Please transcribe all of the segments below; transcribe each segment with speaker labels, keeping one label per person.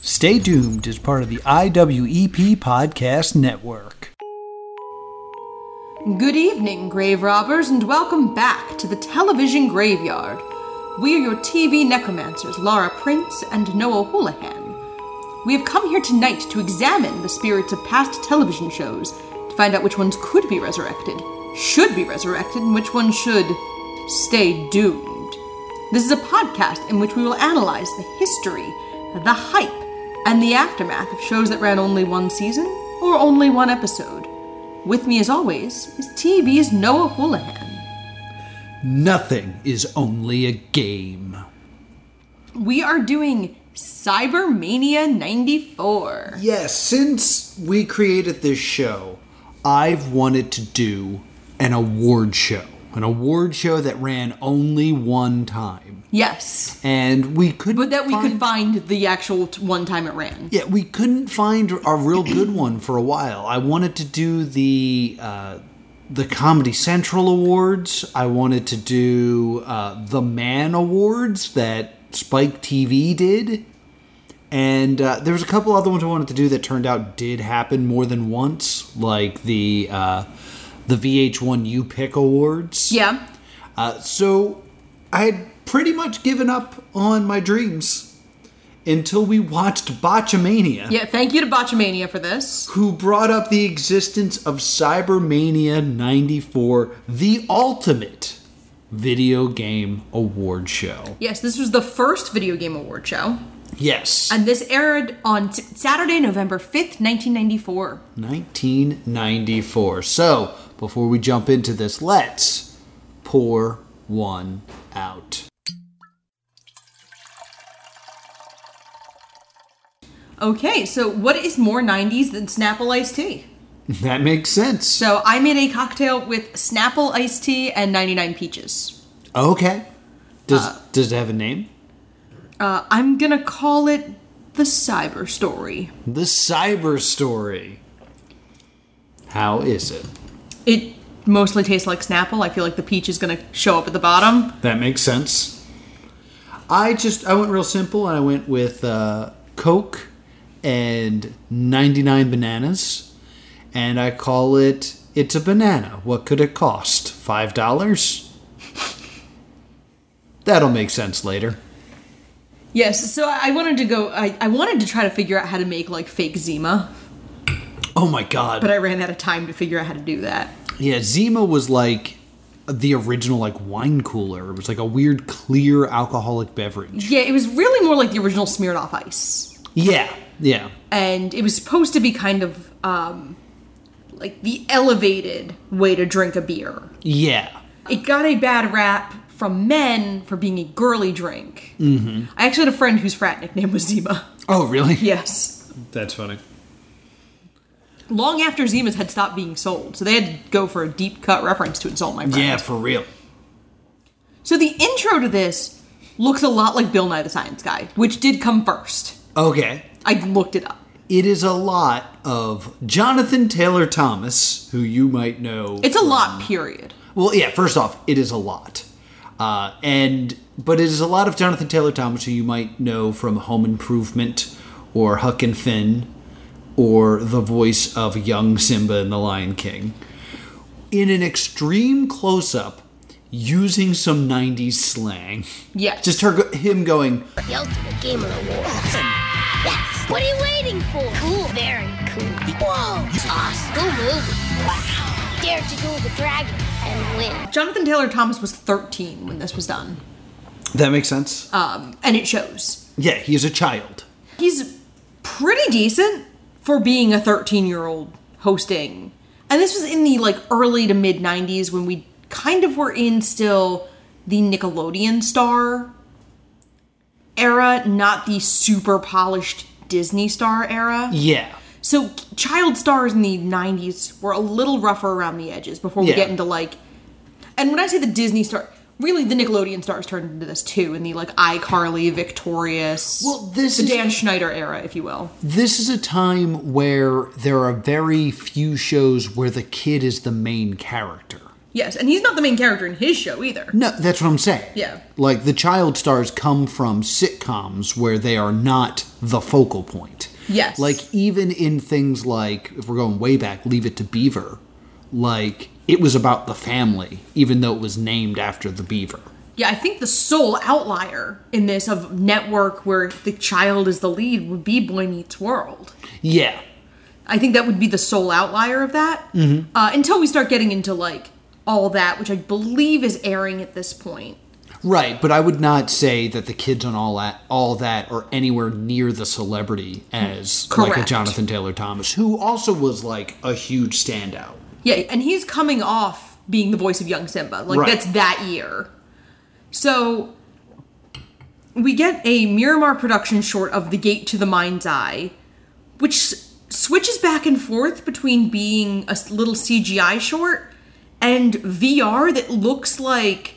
Speaker 1: Stay Doomed is part of the IWEP Podcast Network.
Speaker 2: Good evening, grave robbers, and welcome back to the television graveyard. We are your TV necromancers, Lara Prince and Noah Houlihan. We have come here tonight to examine the spirits of past television shows to find out which ones could be resurrected, should be resurrected, and which ones should stay doomed. This is a podcast in which we will analyze the history, the hype, and the aftermath of shows that ran only one season or only one episode. With me, as always, is TV's Noah Houlihan.
Speaker 1: Nothing is only a game.
Speaker 2: We are doing Cybermania 94.
Speaker 1: Yes, since we created this show, I've wanted to do an award show. An award show that ran only one time.
Speaker 2: Yes.
Speaker 1: And we couldn't
Speaker 2: But that we could find the actual t- one time it ran.
Speaker 1: Yeah, we couldn't find a real good one for a while. I wanted to do the uh, the Comedy Central Awards. I wanted to do uh, the Man Awards that Spike TV did, and uh, there was a couple other ones I wanted to do that turned out did happen more than once, like the uh, the VH1 You Pick Awards.
Speaker 2: Yeah.
Speaker 1: Uh, so I had pretty much given up on my dreams until we watched Botchamania,
Speaker 2: Yeah, thank you to Botchamania for this.
Speaker 1: who brought up the existence of Cybermania 94, the ultimate video game award show.
Speaker 2: Yes, this was the first video game award show,
Speaker 1: Yes.
Speaker 2: and this aired on t- Saturday, November 5th, 1994.
Speaker 1: 1994. So, before we jump into this, let's pour one out.
Speaker 2: Okay, so what is more 90s than Snapple iced tea?
Speaker 1: That makes sense.
Speaker 2: So I made a cocktail with Snapple iced tea and 99 peaches.
Speaker 1: Okay. Does does it have a name?
Speaker 2: Uh, I'm gonna call it the Cyber Story.
Speaker 1: The cyber story. How is it?
Speaker 2: It mostly tastes like Snapple. I feel like the peach is gonna show up at the bottom.
Speaker 1: That makes sense. I just I went real simple and I went with uh, Coke and 99 bananas and I call it it's a banana. What could it cost? $5? That'll make sense later.
Speaker 2: Yes, so I I wanted to go, I, I wanted to try to figure out how to make like fake Zima,
Speaker 1: Oh my god.
Speaker 2: but I ran out of time to figure out how to do that.
Speaker 1: Yeah, Zima was like the original like wine cooler. It was like a weird clear alcoholic beverage.
Speaker 2: Yeah, it was really more like the original Smirnoff Ice.
Speaker 1: Yeah. Yeah.
Speaker 2: and it was supposed to be kind of um, like the elevated way to drink a beer.
Speaker 1: Yeah.
Speaker 2: It got a bad rap from men for being a girly drink. Mm-hmm. I actually had a friend whose frat nickname was Zima.
Speaker 1: Oh, really?
Speaker 2: Yes.
Speaker 1: That's funny.
Speaker 2: Long after Zimas had stopped being sold, so they had to go for a deep cut reference to insult my friend.
Speaker 1: Yeah, for real.
Speaker 2: So the intro to this looks a lot like Bill Nye the Science Guy, which did come first.
Speaker 1: Okay.
Speaker 2: I looked it up.
Speaker 1: It is a lot of Jonathan Taylor Thomas, who you might know.
Speaker 2: It's a lot, period.
Speaker 1: Well, yeah, first off, it is a lot. Uh, and but it is a lot of Jonathan Taylor Thomas, who you might know from Home Improvement or Huck and Finn or the voice of young Simba in The Lion King. In an extreme close up, using some 90s slang.
Speaker 2: Yes.
Speaker 1: Just her, him going,
Speaker 3: The ultimate game of the war. Awesome. Yes. What are you waiting for? Cool. Very cool. Whoa. Awesome. Cool movie. Wow. Dare to duel the dragon and win.
Speaker 2: Jonathan Taylor Thomas was 13 when this was done,
Speaker 1: that makes sense.
Speaker 2: um, and it shows.
Speaker 1: yeah, he is a child.
Speaker 2: he's pretty decent for being a 13 year old hosting and this was in the like early to mid 90s when we kind of were in still the nickelodeon star era not the super polished disney star era
Speaker 1: Yeah.
Speaker 2: so child stars in the 90s were a little rougher around the edges before we
Speaker 1: Yeah.
Speaker 2: get into like and when i say the disney star really the nickelodeon stars turned into this too in the like icarly victorious
Speaker 1: Well, this
Speaker 2: the
Speaker 1: is-
Speaker 2: dan schneider era if you will
Speaker 1: This is a time where there are very few shows where the kid is the main character.
Speaker 2: Yes, and he's not the main character in his show either.
Speaker 1: No, that's what I'm saying.
Speaker 2: Yeah.
Speaker 1: Like the child stars come from sitcoms where they are not the focal point.
Speaker 2: Yes.
Speaker 1: Like even in things like if we're going way back, Leave It to Beaver, like it was about the family, even though it was named after the beaver.
Speaker 2: Yeah, I think the sole outlier in this of network where the child is the lead would be Boy Meets World.
Speaker 1: Yeah.
Speaker 2: I think that would be the sole outlier of that. Uh, until we start getting into like all that, which I believe is airing at this point.
Speaker 1: Right, but I would not say that the kids on all that all that are anywhere near the celebrity as like a
Speaker 2: Correct.
Speaker 1: Jonathan Taylor Thomas, who also was like a huge standout.
Speaker 2: Yeah, and he's coming off being the voice of young Simba. Like
Speaker 1: Right.
Speaker 2: that's that year. So we get a Miramar production short of The Gate to the Mind's Eye, which s- switches back and forth between being a s- little CGI short and VR that looks like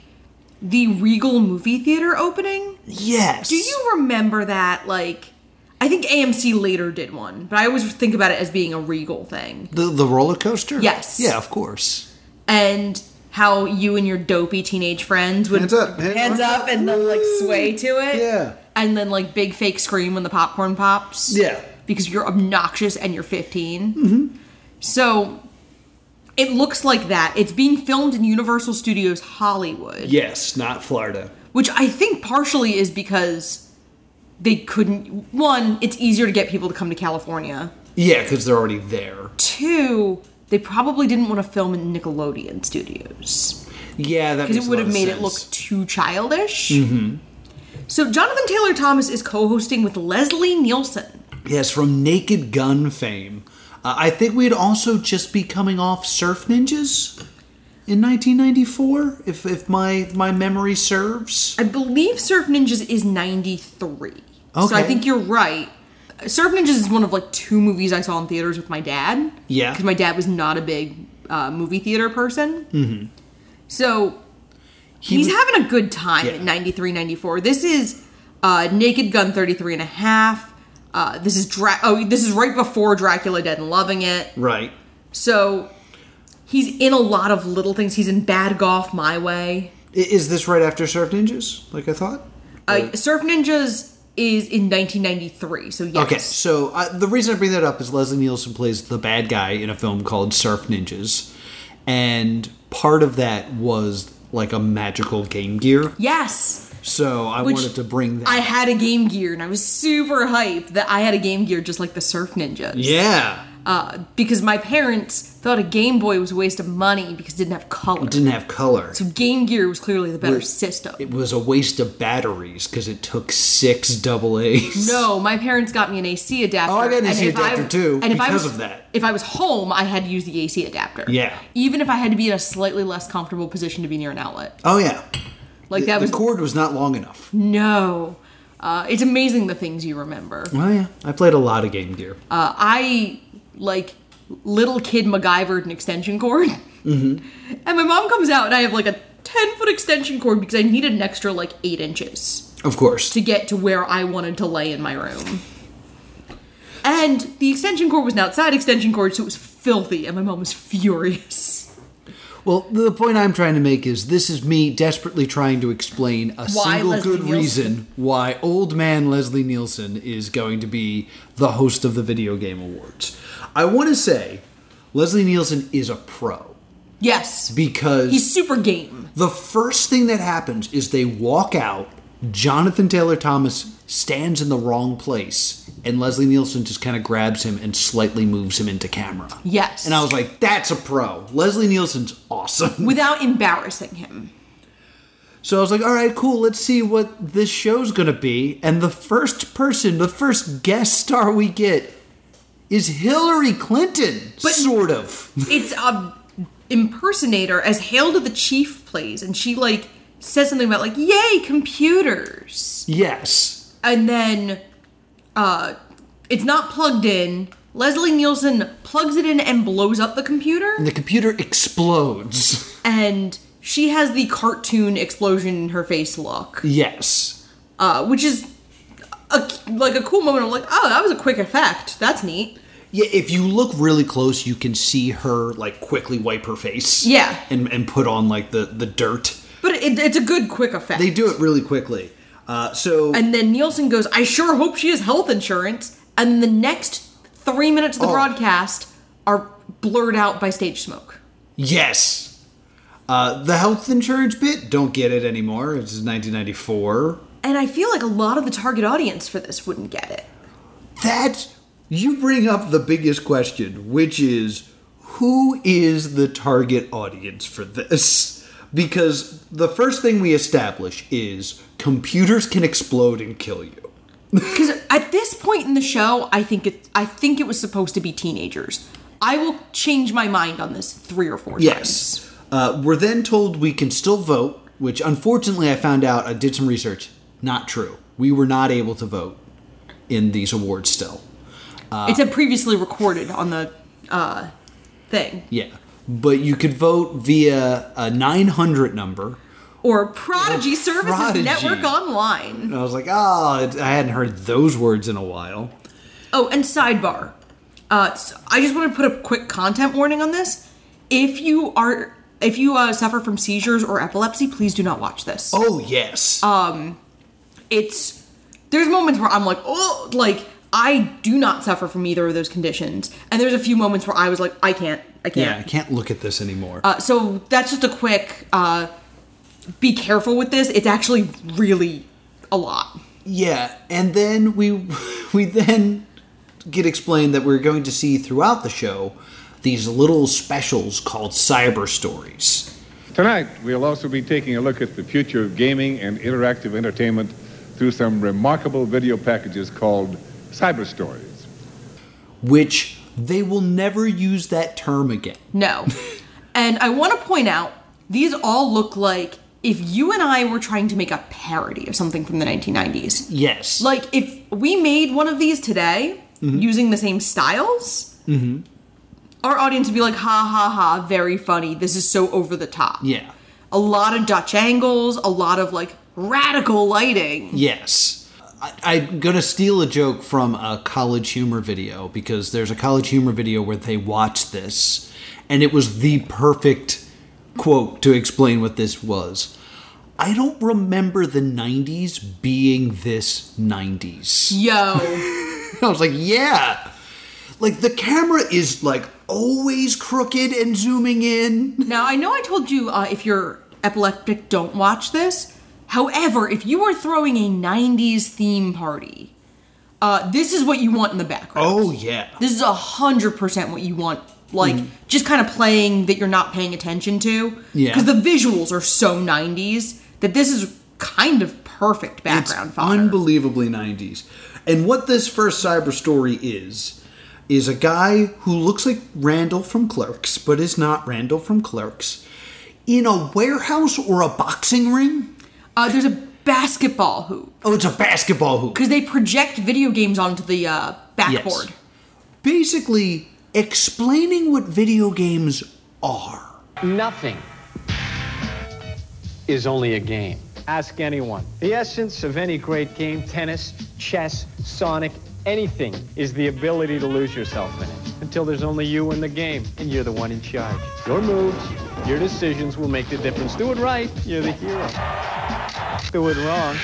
Speaker 2: the Regal movie theater opening.
Speaker 1: Yes.
Speaker 2: Do you remember that? Like, I think AMC later did one, but I always think about it as being a Regal thing.
Speaker 1: the the roller coaster?
Speaker 2: Yes.
Speaker 1: Yeah, of course.
Speaker 2: and how you and your dopey teenage friends would
Speaker 1: Hands up, hands
Speaker 2: hands
Speaker 1: up.
Speaker 2: up and then like sway to it.
Speaker 1: Yeah.
Speaker 2: And then like big fake scream when the popcorn pops.
Speaker 1: Yeah.
Speaker 2: Because you're obnoxious and you're 15. Mm-hmm. So it looks like that. It's being filmed in Universal Studios Hollywood,
Speaker 1: Yes, not Florida.
Speaker 2: which I think partially is because they couldn't. One, it's easier to get people to come to California.
Speaker 1: Yeah, because they're already there.
Speaker 2: Two, they probably didn't want to film in Nickelodeon Studios.
Speaker 1: Yeah, that
Speaker 2: because it would have made it look too childish. So Jonathan Taylor Thomas is co-hosting with Leslie Nielsen.
Speaker 1: Yes, from Naked Gun fame. Uh, I think we'd also just be coming off Surf Ninjas in 1994, if if my my memory serves.
Speaker 2: I believe Surf Ninjas is ninety three. So I
Speaker 1: Okay.
Speaker 2: think you're right. Surf Ninjas is one of like two movies I saw in theaters with my dad.
Speaker 1: Yeah.
Speaker 2: because my dad was not a big uh, movie theater person. Mm-hmm. So he's
Speaker 1: w-
Speaker 2: having a good time
Speaker 1: Yeah.
Speaker 2: at 93 94 this is uh, naked gun 33 and a half uh, this is Dra- oh this is right before dracula dead and loving it
Speaker 1: Right.
Speaker 2: so he's in a lot of little things he's in bad golf my way
Speaker 1: I- Is this right after Surf Ninjas? Like I thought.
Speaker 2: uh, surf ninjas is in 1993 so yes
Speaker 1: Okay, so uh, the reason I bring that up is Leslie Nielsen plays the bad guy in a film called Surf Ninjas, and part of that was like a magical Game Gear.
Speaker 2: yes
Speaker 1: So I
Speaker 2: Which
Speaker 1: wanted to bring that.
Speaker 2: i had a game gear and i was super hyped that i had a game gear just like the surf ninjas
Speaker 1: yeah,
Speaker 2: uh, because my parents thought a game boy was a waste of money because it didn't have color
Speaker 1: didn't have color.
Speaker 2: So Game Gear was clearly the better
Speaker 1: Wait,
Speaker 2: system.
Speaker 1: It was a waste of batteries because it took six double A's.
Speaker 2: no, my parents got me an AC adapter.
Speaker 1: Oh, I got an
Speaker 2: and
Speaker 1: AC
Speaker 2: if I-
Speaker 1: adapter too,
Speaker 2: And if I
Speaker 1: because
Speaker 2: was,
Speaker 1: of that.
Speaker 2: if I was home, I had to use the AC adapter.
Speaker 1: Yeah.
Speaker 2: even if I had to be in a slightly less comfortable position to be near an outlet,
Speaker 1: Oh yeah,
Speaker 2: like that
Speaker 1: the
Speaker 2: was Mm.
Speaker 1: cord was not long enough.
Speaker 2: no. Uh, it's amazing the things you remember.
Speaker 1: Oh yeah, I played a lot of Game Gear.
Speaker 2: Uh, I like little kid MacGyvered an extension cord, and my mom comes out and I have like a ten foot extension cord because I needed an extra like eight inches.
Speaker 1: of course.
Speaker 2: to get to where I wanted to lay in my room. And the extension cord was an outside extension cord, so it was filthy, and my mom was furious.
Speaker 1: well, the point I'm trying to make is this is me desperately trying to explain a
Speaker 2: Why
Speaker 1: single
Speaker 2: Leslie
Speaker 1: good
Speaker 2: Nielsen?
Speaker 1: reason why old man Leslie Nielsen is going to be the host of the Video Game Awards. I want to say Leslie Nielsen is a pro
Speaker 2: Yes,
Speaker 1: because
Speaker 2: he's super game.
Speaker 1: The first thing that happens is they walk out. Jonathan Taylor Thomas stands in the wrong place, and Leslie Nielsen just kind of grabs him and slightly moves him into camera.
Speaker 2: Yes.
Speaker 1: And I was like, that's a pro. Leslie Nielsen's awesome.
Speaker 2: without embarrassing him.
Speaker 1: So I was like, all right, cool. Let's see what this show's going to be. And the first person, the first guest star we get is Hillary Clinton, sort of.
Speaker 2: It's a impersonator as Hail to the Chief plays, and she like says something about like, "Yay, computers!"
Speaker 1: yes.
Speaker 2: And then, uh, it's not plugged in. Leslie Nielsen plugs it in and blows up the computer.
Speaker 1: The computer explodes.
Speaker 2: and she has the cartoon explosion in her face look,
Speaker 1: yes.
Speaker 2: uh, which is a, like a cool moment. of like, oh, that was a quick effect. That's neat.
Speaker 1: Yeah, if you look really close, you can see her like quickly wipe her face.
Speaker 2: Yeah.
Speaker 1: and and put on like the the dirt.
Speaker 2: But it, it's a good quick effect.
Speaker 1: They do it really quickly. Uh, so
Speaker 2: And then Nielsen goes, I sure hope she has health insurance. And the next three minutes of the
Speaker 1: Oh.
Speaker 2: broadcast are blurred out by stage smoke.
Speaker 1: yes, uh, the health insurance bit don't get it anymore. It's 1994.
Speaker 2: And I feel like a lot of the target audience for this wouldn't get it.
Speaker 1: That you bring up the biggest question, which is who is the target audience for this? Because the first thing we establish is computers can explode and kill you.
Speaker 2: Because at this point in the show, I think it I think it was supposed to be teenagers. I will change my mind on this three or four times.
Speaker 1: Yes. Uh, we're then told we can still vote, which unfortunately I found out, I did some research, not true. We were not able to vote in these awards still.
Speaker 2: It's a previously recorded on the uh, thing.
Speaker 1: Yeah. But you could vote via a 900 number.
Speaker 2: Or Prodigy Services
Speaker 1: Prodigy.
Speaker 2: Network Online.
Speaker 1: And I was like, oh, it- I hadn't heard those words in a while.
Speaker 2: Oh, and sidebar. Uh, so I just want to put a quick content warning on this. If you are, if you uh, suffer from seizures or epilepsy, please do not watch this.
Speaker 1: Oh, yes. Uh,
Speaker 2: It's there's moments where I'm like, oh, like I do not suffer from either of those conditions, and there's a few moments where I was like, I can't, I
Speaker 1: yeah, I
Speaker 2: can't.
Speaker 1: can't look at this anymore.
Speaker 2: Uh, so that's just a quick. Uh, be careful with this. It's actually really a lot.
Speaker 1: yeah, and then we we then get explained that we're going to see throughout the show these little specials called cyber stories.
Speaker 4: Tonight, we'll also be taking a look at the future of gaming and interactive entertainment through some remarkable video packages called Cyber Stories.
Speaker 1: which they will never use that term again.
Speaker 2: No. and I want to point out these all look like if you and I were trying to make a parody of something from the 1990s.
Speaker 1: Yes.
Speaker 2: Like if we made one of these today using the same styles, our audience would be like, ha ha ha, very funny. This is so over the top.
Speaker 1: yeah.
Speaker 2: A lot of Dutch angles, a lot of like radical lighting.
Speaker 1: Yes. I, I'm gonna steal a joke from a college humor video because there's a college humor video where they watched this, and it was the perfect quote to explain what this was. I don't remember the '90s being this '90s.
Speaker 2: Yo.
Speaker 1: I was like, yeah. Like the camera is like always crooked and zooming in.
Speaker 2: now I know I told you uh, if you're epileptic, don't watch this. However, if you are throwing a 90s theme party, uh, this is what you want in the background.
Speaker 1: Oh yeah. Mm.
Speaker 2: This is a hundred percent what you want. Like just kind of playing that you're not paying attention to.
Speaker 1: Yeah.
Speaker 2: Because the visuals are so '90s that this is kind of perfect background
Speaker 1: it's
Speaker 2: fodder.
Speaker 1: unbelievably 90s and what this first cyber story is is a guy who looks like randall from clerks but is not randall from clerks in a warehouse or a boxing ring
Speaker 2: uh, there's a basketball hoop
Speaker 1: oh it's a basketball hoop
Speaker 2: because they project video games onto the uh, backboard.
Speaker 1: basically explaining what video games are
Speaker 5: Nothing is only a game. Ask anyone. The essence of any great game, tennis, chess, Sonic, anything, is the ability to lose yourself in it until there's only you in the game and you're the one in charge. Your moves, your decisions will make the difference. Do it right, you're the hero. Do it wrong.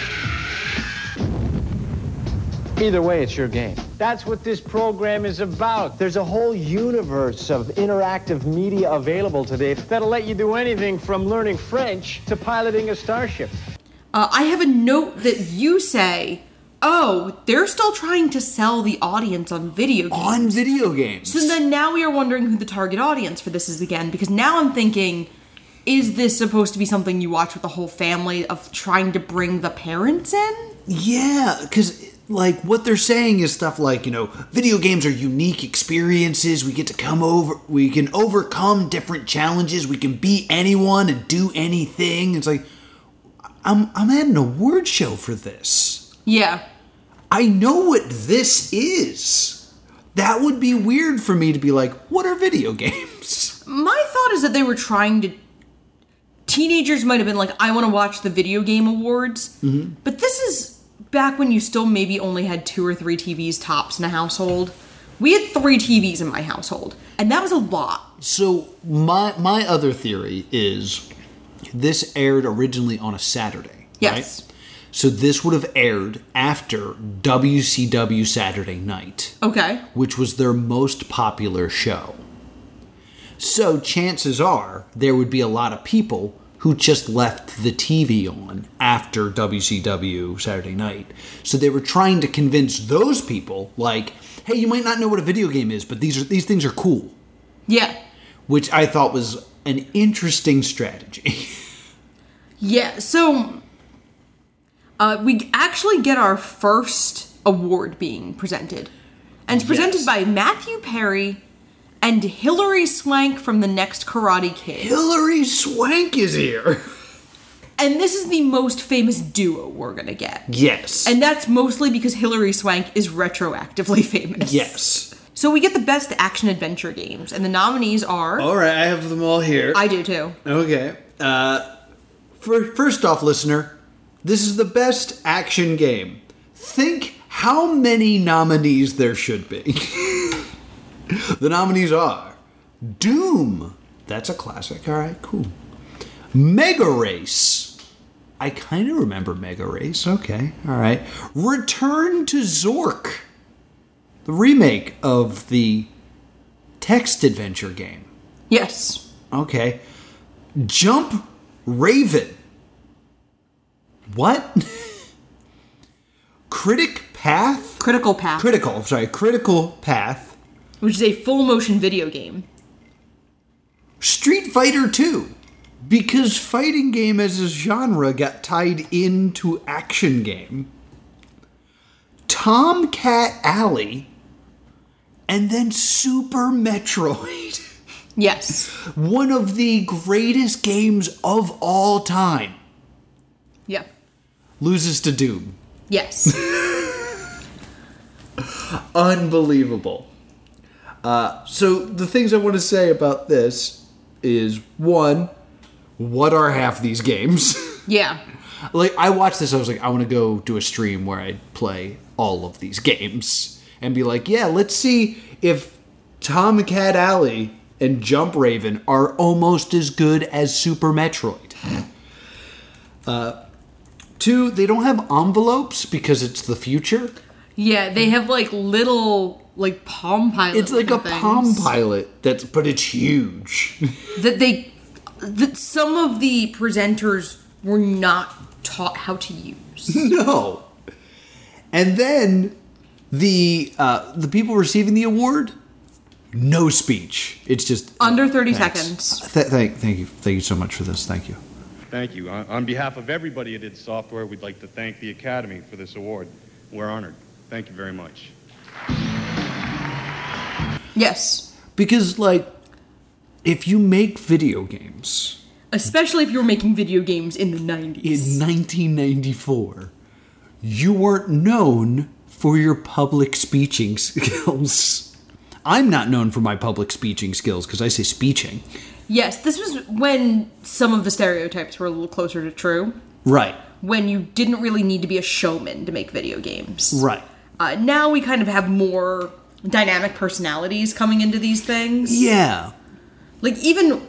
Speaker 5: Either way, it's your game. That's what this program is about. There's a whole universe of interactive media available today that'll let you do anything from learning French to piloting a starship.
Speaker 2: Uh, I have a note that you say, "Oh, they're still trying to sell the audience on video games."
Speaker 1: on video games
Speaker 2: So then now we are wondering who the target audience for this is again, because now I'm thinking, is this supposed to be something you watch with the whole family of trying to bring the parents in?
Speaker 1: Yeah, because like what they're saying is stuff like you know, video games are unique experiences. We get to come over, we can overcome different challenges. We can be anyone and do anything. It's like I'm I'm at an award show for this.
Speaker 2: Yeah.
Speaker 1: I know what this is. That would be weird for me to be like, what are video games?
Speaker 2: My thought is that they were trying to. Teenagers might have been like, I want to watch the video game awards. But this is back when you still maybe only had two or three TVs tops in a household. We had three TVs in my household, and that was a lot.
Speaker 1: So my my other theory is this aired originally on a Saturday.
Speaker 2: Yes.
Speaker 1: Right? So this would have aired after WCW Saturday Night,
Speaker 2: Okay.
Speaker 1: which was their most popular show. So chances are there would be a lot of people who just left the TV on after WCW Saturday Night. So they were trying to convince those people like, "Hey, you might not know what a video game is, but these are these things are cool."
Speaker 2: Yeah.
Speaker 1: which I thought was an interesting strategy.
Speaker 2: Yeah, so uh, we actually get our first award being presented. And it's presented
Speaker 1: Yes.
Speaker 2: by Matthew Perry and Hilary Swank from The Next Karate Kid.
Speaker 1: Hillary Swank is here.
Speaker 2: and this is the most famous duo we're gonna get.
Speaker 1: Yes.
Speaker 2: And that's mostly because Hilary Swank is retroactively famous.
Speaker 1: yes.
Speaker 2: So we get the best action adventure games, and the nominees are.
Speaker 1: All right, I have them all here.
Speaker 2: I do too.
Speaker 1: okay. Uh, for, first off, listener, this is the best action game. Think how many nominees there should be. the nominees are Doom. That's a classic. All right, cool. Mega Race. I kind of remember Mega Race. Okay, all right. Return to Zork, the remake of the text adventure game.
Speaker 2: Yes.
Speaker 1: Okay. Jump Raven. What? Critic Path?
Speaker 2: Critical Path,
Speaker 1: Critical, I'm sorry, Critical Path.
Speaker 2: which is a full motion video game.
Speaker 1: Street Fighter 2. Because fighting game as a genre got tied into action game. Tomcat Alley. And then Super Metroid.
Speaker 2: Yes.
Speaker 1: One of the greatest games of all time.
Speaker 2: Yeah.
Speaker 1: loses to Doom.
Speaker 2: Yes.
Speaker 1: Unbelievable. Uh, so the things I want to say about this is one, what are half these games?
Speaker 2: yeah.
Speaker 1: like I watched this, I was like, I want to go do a stream where I play all of these games and be like, yeah, let's see if Tomcat Alley and Jump Raven are almost as good as Super Metroid. Uh, two, they don't have envelopes because it's the future.
Speaker 2: Yeah, they have like little like palm pilot.
Speaker 1: It's like a
Speaker 2: looking things
Speaker 1: Palm Pilot that's but it's huge.
Speaker 2: That they that some of the presenters were not taught how to use.
Speaker 1: no. And then the uh, the people receiving the award, no speech. It's just
Speaker 2: Under 30
Speaker 1: Thanks.
Speaker 2: seconds.
Speaker 1: Th- thank thank you thank you so much for this. Thank you.
Speaker 6: Thank you. On on behalf of everybody at id Software, we'd like to thank the Academy for this award. We're honored. Thank you very much.
Speaker 2: Yes.
Speaker 1: Because like, if you make video games,
Speaker 2: Especially if you were making video games in the
Speaker 1: in
Speaker 2: 90s.
Speaker 1: 1994, you weren't known for your public speaking skills. I'm not known for my public speaking skills because I say speeching.
Speaker 2: Yes, this was when some of the stereotypes were a little closer to true.
Speaker 1: Right,
Speaker 2: When you didn't really need to be a showman to make video games.
Speaker 1: right.
Speaker 2: Uh, now we kind of have more dynamic personalities coming into these things.
Speaker 1: Yeah.
Speaker 2: Like even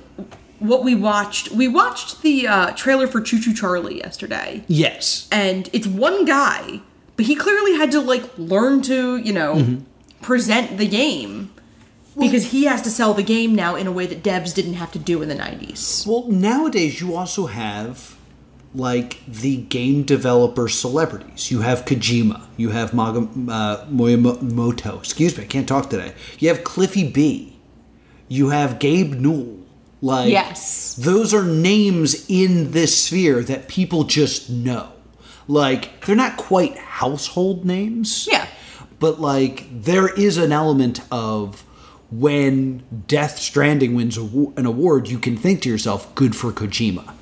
Speaker 2: what we watched, we watched the uh, trailer for Choo Choo Charlie yesterday,
Speaker 1: Yes.
Speaker 2: and it's one guy, but he clearly had to like learn to, you know, present the game because he has to sell the game now in a way that devs didn't have to do in the 90s.
Speaker 1: Well, nowadays you also have like the game developer celebrities. You have Kojima. You have Maga- uh, Moyamoto. Excuse me, I can't talk today. You have Cliffy B. You have Gabe Newell. Like
Speaker 2: Yes.
Speaker 1: those are names in this sphere that people just know. Like they're not quite household names.
Speaker 2: Yeah.
Speaker 1: But like there is an element of when Death Stranding wins a wa- an award, you can think to yourself, "Good for Kojima."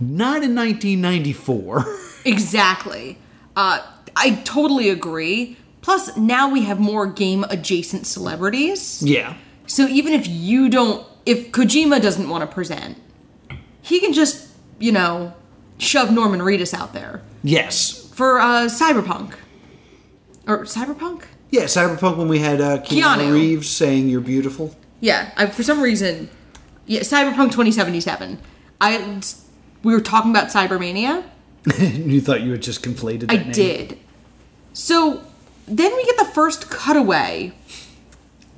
Speaker 1: Not in 1994.
Speaker 2: Exactly. Uh, I totally agree. Plus, now we have more game adjacent celebrities.
Speaker 1: yeah.
Speaker 2: So even if you don't, if Kojima doesn't want to present, he can just, you know, shove Norman Reedus out there
Speaker 1: Yes.
Speaker 2: for uh, Cyberpunk. Or Cyberpunk?
Speaker 1: Yeah, Cyberpunk when we had uh, Keanu,
Speaker 2: Keanu.
Speaker 1: Reeves saying you're beautiful.
Speaker 2: Yeah, I, for some reason, yeah, Cyberpunk 2077. I we were talking about Cybermania.
Speaker 1: you thought you had just conflated. That
Speaker 2: I
Speaker 1: name.
Speaker 2: did. So then we get the first cutaway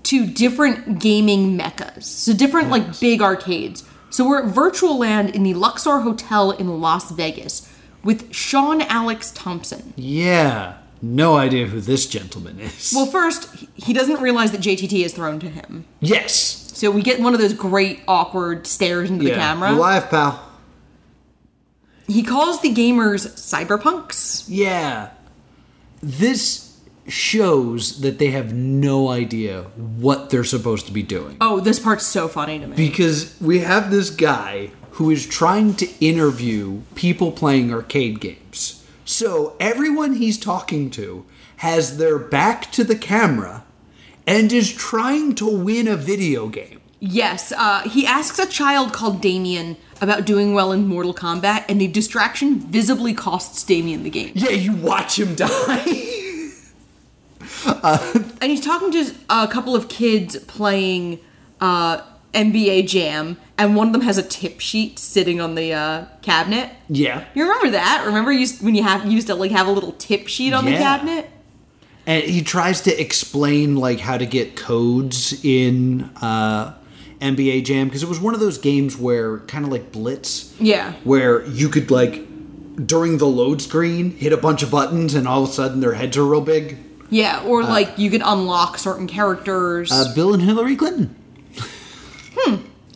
Speaker 2: to different gaming mechas, so different like big arcades. So we're at Virtual Land in the Luxor Hotel in Las Vegas with Sean Alex Thompson.
Speaker 1: Yeah, no idea who this gentleman is.
Speaker 2: Well, first he- he doesn't realize that JTT is thrown to him,
Speaker 1: yes,
Speaker 2: so we get one of those great awkward stares into the camera.
Speaker 1: You're live, pal.
Speaker 2: He calls the gamers cyberpunks.
Speaker 1: Yeah, this shows that they have no idea what they're supposed to be doing.
Speaker 2: Oh, this part's so funny to me.
Speaker 1: because we have this guy who is trying to interview people playing arcade games. So everyone he's talking to has their back to the camera and is trying to win a video game.
Speaker 2: Yes, uh, he asks a child called Damien about doing well in Mortal Kombat, and the distraction visibly costs Damien the game.
Speaker 1: Yeah, you watch him die.
Speaker 2: And he's talking to a couple of kids playing uh, NBA Jam, and one of them has a tip sheet sitting on the uh, cabinet.
Speaker 1: yeah.
Speaker 2: You remember that? Remember you, when you have you used to like have a little tip sheet on the
Speaker 1: Yeah.
Speaker 2: cabinet?
Speaker 1: And he tries to explain like how to get codes in uh NBA Jam because it was one of those games where kind of like Blitz
Speaker 2: Yeah.
Speaker 1: where you could like during the load screen hit a bunch of buttons and all of a sudden their heads are real big.
Speaker 2: Yeah, or like you could unlock certain characters.
Speaker 1: Uh, Bill and Hillary Clinton.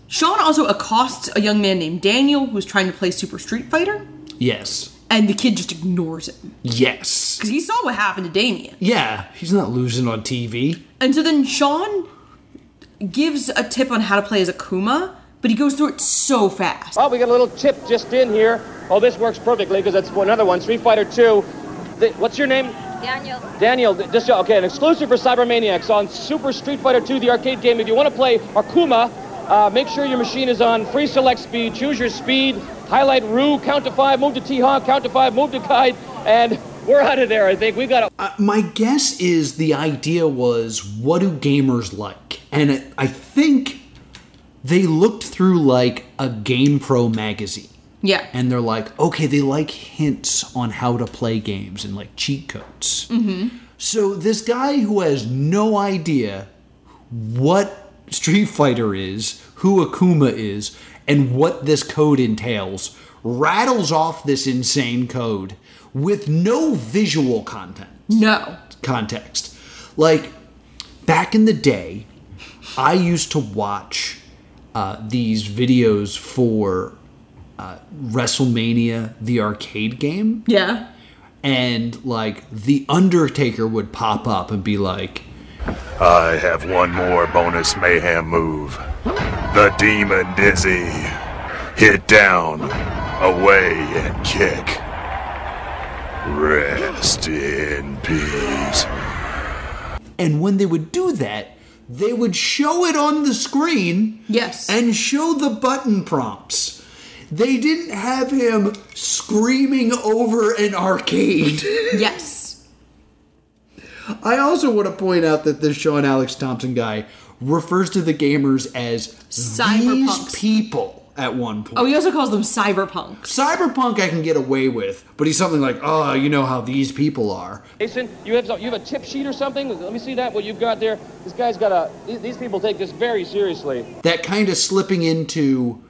Speaker 2: Sean also accosts a young man named Daniel who's trying to play Super Street Fighter,
Speaker 1: Yes.
Speaker 2: and the kid just ignores him
Speaker 1: Yes.
Speaker 2: because he saw what happened to Damien.
Speaker 1: Yeah, he's not losing on TV.
Speaker 2: And so then Sean gives a tip on how to play as Akuma, but he goes through it so fast.
Speaker 7: Oh, we got a little tip just in here. Oh, this works perfectly because that's another one, Street Fighter 2. The- what's your name?
Speaker 3: Daniel.
Speaker 7: Daniel, th- this, okay, an exclusive for Cybermaniacs on Super Street Fighter 2, the arcade game. If you want to play Akuma, uh, make sure your machine is on free select speed. Choose your speed, highlight Rue, count to five, move to T-Honk, count to five, move to Kite, and we're out of there, I think. We got a
Speaker 1: Uh, My guess is the idea was what do gamers like? And it, I think they looked through like a GamePro magazine
Speaker 2: Yeah.
Speaker 1: and they're like, okay, they like hints on how to play games and like cheat codes. Mm-hmm. So this guy who has no idea what Street Fighter is, who Akuma is, and what this code entails, rattles off this insane code with no visual content
Speaker 2: no.
Speaker 1: context. Like back in the day, I used to watch uh, these videos for uh, WrestleMania, the arcade game,
Speaker 2: Yeah.
Speaker 1: and like the Undertaker would pop up and be like,
Speaker 8: I have one more bonus mayhem move. The Demon Dizzy. Hit down, away, and kick. Rest in peace.
Speaker 1: and when they would do that, they would show it on the screen
Speaker 2: Yes.
Speaker 1: and show the button prompts. They didn't have him screaming over an arcade.
Speaker 2: yes.
Speaker 1: I also want to point out that this Sean Alex Thompson guy refers to the gamers as
Speaker 2: Cyberpunks.
Speaker 1: these people at one point.
Speaker 2: Oh, he also calls them cyberpunks.
Speaker 1: Cyberpunk I can get away with, but he's something like, oh, you know how these people are.
Speaker 7: Jason, you have, some- you have a tip sheet or something? Let me see that, what you've got there. This guy's got a... th- These people take this very seriously.
Speaker 1: That kind of slipping into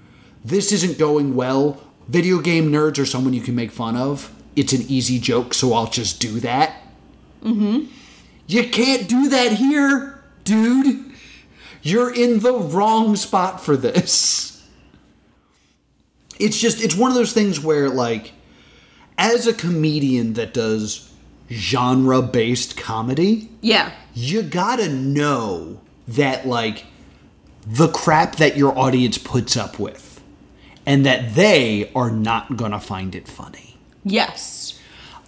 Speaker 1: this isn't going well. Video game nerds are someone you can make fun of. It's an easy joke, so I'll just do that. Mm-hmm. You can't do that here, dude. You're in the wrong spot for this. it's just it's one of those things where like as a comedian that does genre based comedy
Speaker 2: Yeah.
Speaker 1: you gotta know that like the crap that your audience puts up with and that they are not gonna find it funny
Speaker 2: Yes.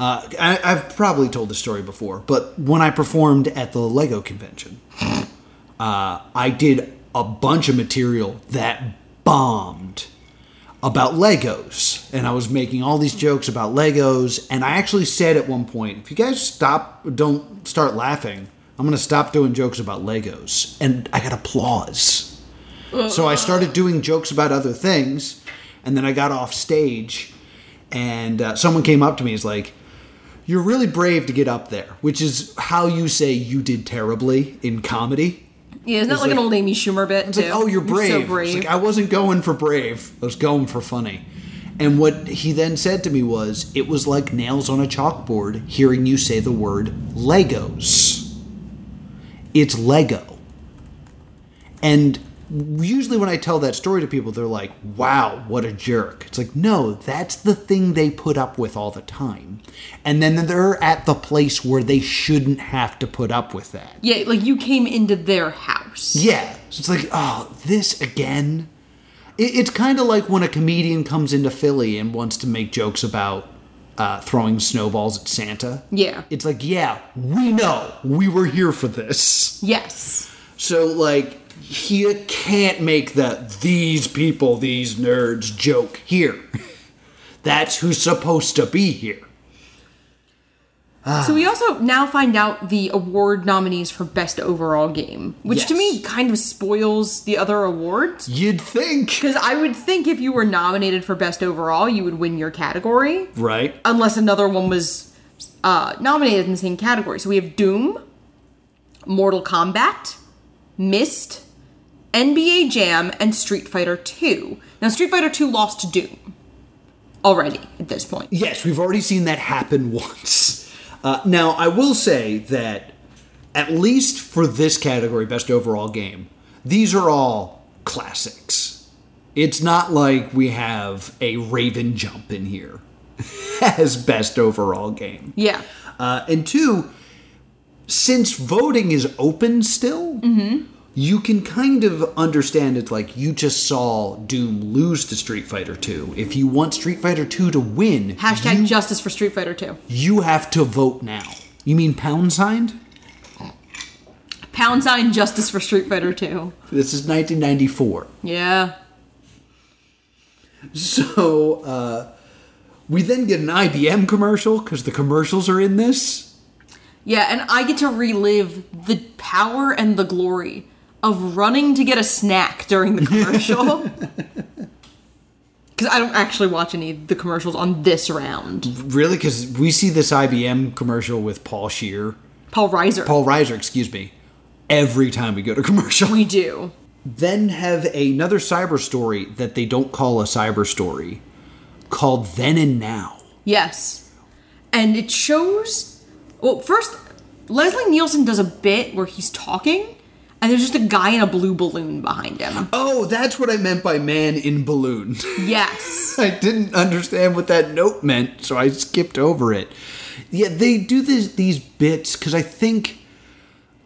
Speaker 1: uh, I, i've probably told this story before but when i performed at the lego convention uh, i did a bunch of material that bombed about legos and i was making all these jokes about legos and i actually said at one point if you guys stop don't start laughing i'm I'm going to stop doing jokes about Legos. And I got applause. So I started doing jokes about other things. And then I got off stage. And uh, someone came up to me and was like, You're really brave to get up there, which is how you say you did terribly in comedy.
Speaker 2: Yeah, it's not
Speaker 1: It's
Speaker 2: like, an
Speaker 1: like-
Speaker 2: old Amy Schumer bit.
Speaker 1: It's like,
Speaker 2: too.
Speaker 1: oh, you're brave.
Speaker 2: so
Speaker 1: It's
Speaker 2: brave.
Speaker 1: like, I wasn't going for brave. I was going for funny. And what he then said to me was, it was like nails on a chalkboard hearing you say the word Legos. It's Lego. And usually when I tell that story to people, they're like, wow, what a jerk. It's like, no, that's the thing they put up with all the time. And then they're at the place where they shouldn't have to put up with that.
Speaker 2: yeah, like you came into their house.
Speaker 1: Yeah. So it's like, oh, this again? It, it's kind of like when a comedian comes into Philly and wants to make jokes about uh, throwing snowballs at Santa.
Speaker 2: Yeah.
Speaker 1: It's like, yeah, we know. We were here for this.
Speaker 2: yes.
Speaker 1: So, like, he can't make the these people, these nerds joke here. That's who's supposed to be here.
Speaker 2: So we also now find out the award nominees for best overall game, which to
Speaker 1: Yes.
Speaker 2: me kind of spoils the other awards.
Speaker 1: You'd think.
Speaker 2: Because I would think if you were nominated for best overall, you would win your category,
Speaker 1: Right?
Speaker 2: unless another one was uh, nominated in the same category. So we have Doom, Mortal Kombat, Myst, NBA Jam, and Street Fighter 2. Now, Street Fighter 2 lost to Doom already at this point.
Speaker 1: Yes, we've already seen that happen once. Uh, now, I will say that at least for this category, best overall game, these are all classics. It's not like we have a Raven jump in here as best overall game.
Speaker 2: Yeah.
Speaker 1: Uh, and two, since voting is open still, you can kind of understand it's like you just saw Doom lose to Street Fighter 2. If you want Street Fighter 2 to win,
Speaker 2: Hashtag justice for Street Fighter 2.
Speaker 1: you have to vote now. You mean pound signed?
Speaker 2: Pound sign justice for Street Fighter 2.
Speaker 1: This is 1994.
Speaker 2: Yeah.
Speaker 1: So uh, we then get an IBM commercial because the commercials are in this.
Speaker 2: Yeah, and I get to relive the power and the glory of running to get a snack during the commercial. Because I don't actually watch any of the commercials on this round.
Speaker 1: Really? Because we see this IBM commercial with Paul Shear,
Speaker 2: Paul Reiser.
Speaker 1: Paul Reiser, excuse me, every time we go to commercial.
Speaker 2: We do.
Speaker 1: then have another cyber story that they don't call a cyber story called Then and Now.
Speaker 2: Yes. And it shows. Well, first, Leslie Nielsen does a bit where he's talking, and there's just a guy in a blue balloon behind him.
Speaker 1: Oh, that's what I meant by man in balloon.
Speaker 2: Yes.
Speaker 1: I didn't understand what that note meant, so I skipped over it. Yeah, they do this, these bits because I think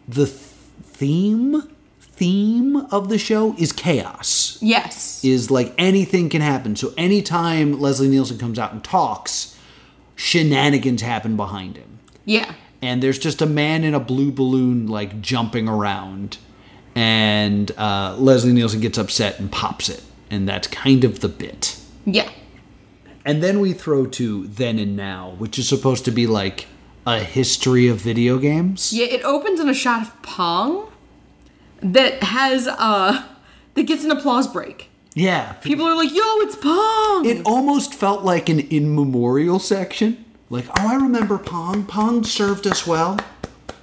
Speaker 1: the th- theme theme of the show is chaos.
Speaker 2: Yes.
Speaker 1: Is like anything can happen. So anytime Leslie Nielsen comes out and talks, shenanigans happen behind him,
Speaker 2: Yeah.
Speaker 1: and there's just a man in a blue balloon like jumping around, and uh, Leslie Nielsen gets upset and pops it, and that's kind of the bit.
Speaker 2: Yeah.
Speaker 1: And then we throw to Then and Now, which is supposed to be like a history of video games.
Speaker 2: Yeah, it opens in a shot of Pong that has uh that gets an applause break.
Speaker 1: Yeah.
Speaker 2: People are like, "Yo, it's Pong."
Speaker 1: It almost felt like an in memorial section. Like, oh, I remember Pong. Pong served us well.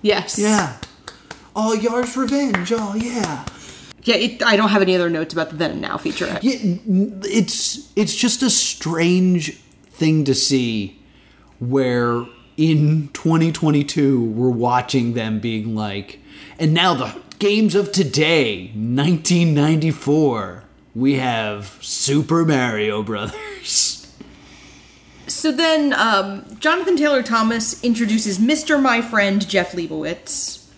Speaker 2: yes.
Speaker 1: Yeah. Oh, Yar's Revenge. Oh, yeah.
Speaker 2: Yeah. It, I don't have any other notes about the then and now feature.
Speaker 1: Yeah, n- it's it's just a strange thing to see where in 2022 we're watching them being like and now the games of today 1994 we have Super Mario Brothers
Speaker 2: So then, um, Jonathan Taylor Thomas introduces Mr. My Friend Jeff Leibowitz,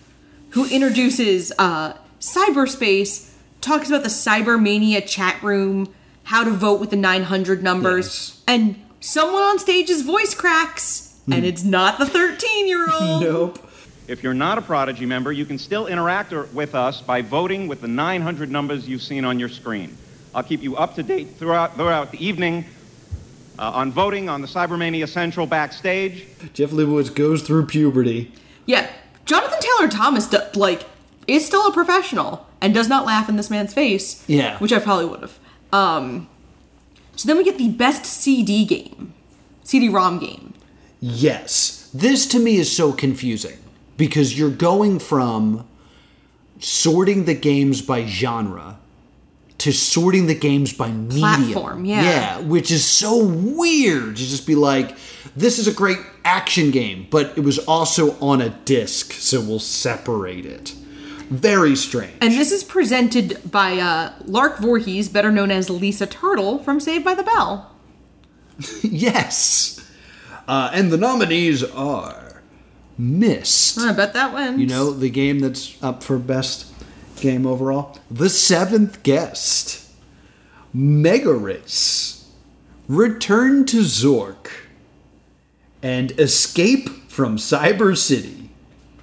Speaker 2: who introduces uh, cyberspace, talks about the Cybermania chat room, how to vote with the 900 numbers,
Speaker 1: Yes.
Speaker 2: and someone on stage's voice cracks, and it's not the 13 year old.
Speaker 6: If you're not a Prodigy member, you can still interact or- with us by voting with the 900 numbers you've seen on your screen. I'll keep you up to date throughout, throughout the evening uh, on voting on the Cybermania Central backstage.
Speaker 1: Jeff Leibowitz goes through puberty
Speaker 2: Yeah. Jonathan Taylor Thomas, d- like, is still a professional and does not laugh in this man's face.
Speaker 1: Yeah.
Speaker 2: Which I probably would have. Um, so then we get the best CD game, CD ROM game.
Speaker 1: Yes. This to me is so confusing because you're going from sorting the games by genre to sorting the games by media.
Speaker 2: Platform, yeah.
Speaker 1: Yeah, which is so weird to just be like, this is a great action game, but it was also on a disc, so we'll separate it. Very strange.
Speaker 2: And this is presented by uh, Lark Voorhees, better known as Lisa Turtle from Saved by the Bell.
Speaker 1: yes. Uh, and the nominees are Mist.
Speaker 2: Oh, I bet that wins.
Speaker 1: You know, the game that's up for best game overall? The Seventh Guest, Mega Race, Return to Zork, and Escape from Cyber City.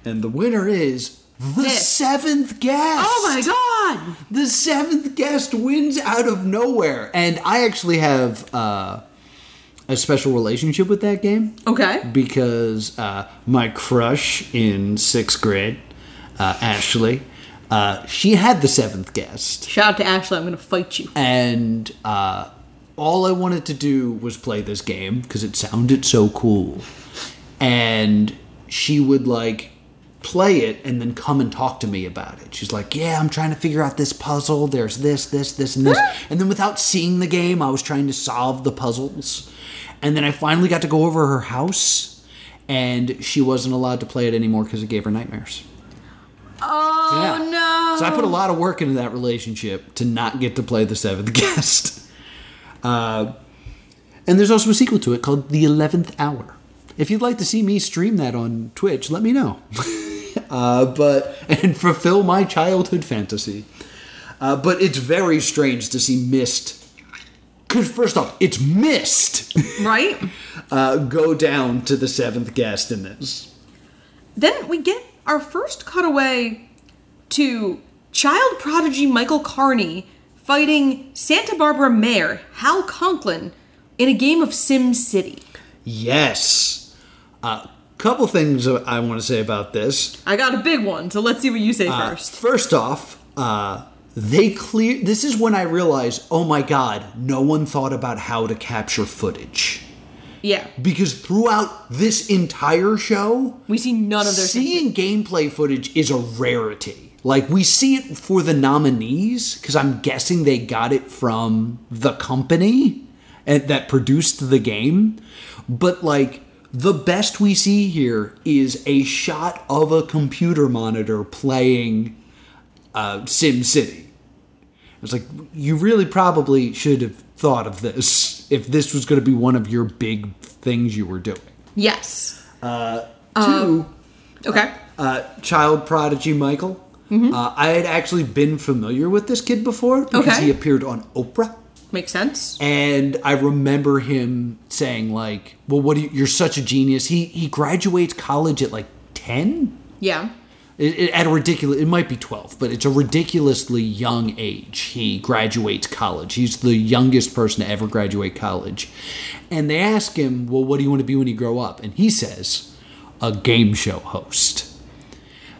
Speaker 1: And the winner is The
Speaker 2: This.
Speaker 1: Seventh Guest.
Speaker 2: Oh my god!
Speaker 1: The Seventh Guest wins out of nowhere. And I actually have uh, a special relationship with that game
Speaker 2: Okay.
Speaker 1: because uh, my crush in sixth grade, uh, Ashley, uh, she had the seventh guest,
Speaker 2: Shout out to Ashley, I'm gonna fight you.
Speaker 1: and uh, all I wanted to do was play this game because it sounded so cool, and she would like play it and then come and talk to me about it. She's like, "Yeah, I'm trying to figure out this puzzle. There's this, this, this, and this." and then without seeing the game, I was trying to solve the puzzles. And then I finally got to go over to her house and she wasn't allowed to play it anymore because it gave her nightmares.
Speaker 2: Oh
Speaker 1: Yeah.
Speaker 2: no!
Speaker 1: So I put a lot of work into that relationship to not get to play the seventh guest. Uh, and there's also a sequel to it called The Eleventh Hour. If you'd like to see me stream that on Twitch, let me know. uh, but and fulfill my childhood fantasy. Uh, but it's very strange to see Mist. Because first off, it's Mist
Speaker 2: Right?
Speaker 1: uh, go down to the seventh guest in this.
Speaker 2: Then we get our first cutaway to child prodigy Michael Carney fighting Santa Barbara Mayor Hal Conklin in a game of Sim City.
Speaker 1: Yes. Uh, couple things I want to say about this.
Speaker 2: I got a big one, so let's see what you say
Speaker 1: Uh,
Speaker 2: first.
Speaker 1: First off, uh, they clear. This is when I realized, oh my god, no one thought about how to capture footage
Speaker 2: Yeah,
Speaker 1: because throughout this entire show,
Speaker 2: we see none of their.
Speaker 1: seeing gameplay footage is a rarity. Like we see it for the nominees because I'm guessing they got it from the company and, that produced the game. But like the best we see here is a shot of a computer monitor playing uh, Sim City. It's like you really probably should have thought of this if this was going to be one of your big things you were doing.
Speaker 2: yes.
Speaker 1: Uh,
Speaker 2: Uh,
Speaker 1: Two.
Speaker 2: Okay.
Speaker 1: uh, child prodigy Michael. Uh, I had actually been familiar with this kid before because
Speaker 2: Okay.
Speaker 1: he appeared on Oprah,
Speaker 2: Makes sense.
Speaker 1: and I remember him saying like, "Well, what? Do you, you're such a genius." He he graduates college at like ten.
Speaker 2: Yeah.
Speaker 1: It, it- at a ridiculous, it might be 12, but it's a ridiculously young age. He graduates college. He's the youngest person to ever graduate college. And they ask him, Well, what do you want to be when you grow up? And he says, A game show host.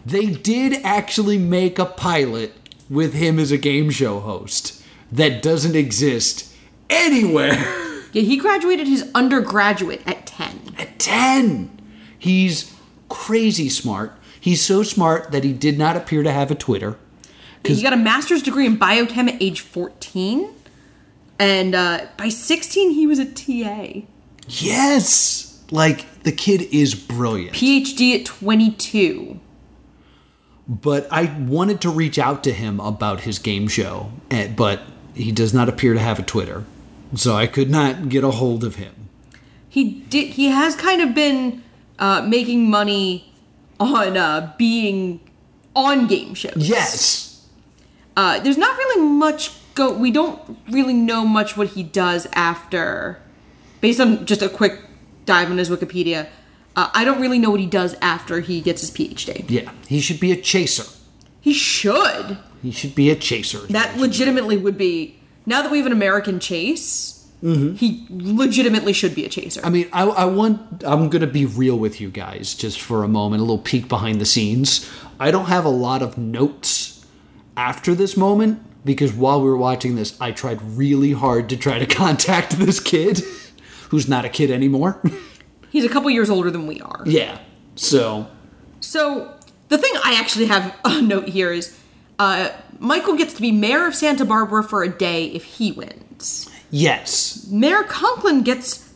Speaker 1: They did actually make a pilot with him as a game show host that doesn't exist anywhere.
Speaker 2: Yeah, he graduated his undergraduate at 10.
Speaker 1: 10. He's crazy smart. He's so smart that he did not appear to have a Twitter.
Speaker 2: He got a master's degree in biochem at age 14. And uh, by 16, he was a TA.
Speaker 1: Yes! Like, the kid is brilliant.
Speaker 2: PhD at 22.
Speaker 1: But I wanted to reach out to him about his game show, eh, but he does not appear to have a Twitter. So I could not get a hold of him.
Speaker 2: He did. He has kind of been uh, making money on uh, being on game shows.
Speaker 1: Yes!
Speaker 2: Uh, there's not really much go. We don't really know much what he does after, based on just a quick dive on his Wikipedia. Uh, I don't really know what he does after he gets his PhD.
Speaker 1: Yeah, he should be a chaser.
Speaker 2: He should.
Speaker 1: He should be a chaser.
Speaker 2: That legitimately would be now that we have an American Chase. He legitimately should be a chaser.
Speaker 1: I mean, I, I want. I'm gonna be real with you guys just for a moment, a little peek behind the scenes. I don't have a lot of notes after this moment because while we were watching this, I tried really hard to try to contact this kid, who's not a kid anymore.
Speaker 2: He's a couple years older than we are.
Speaker 1: yeah. So
Speaker 2: So the thing I actually have a note here is uh, Michael gets to be mayor of Santa Barbara for a day if he wins.
Speaker 1: yes,
Speaker 2: Mayor Conklin gets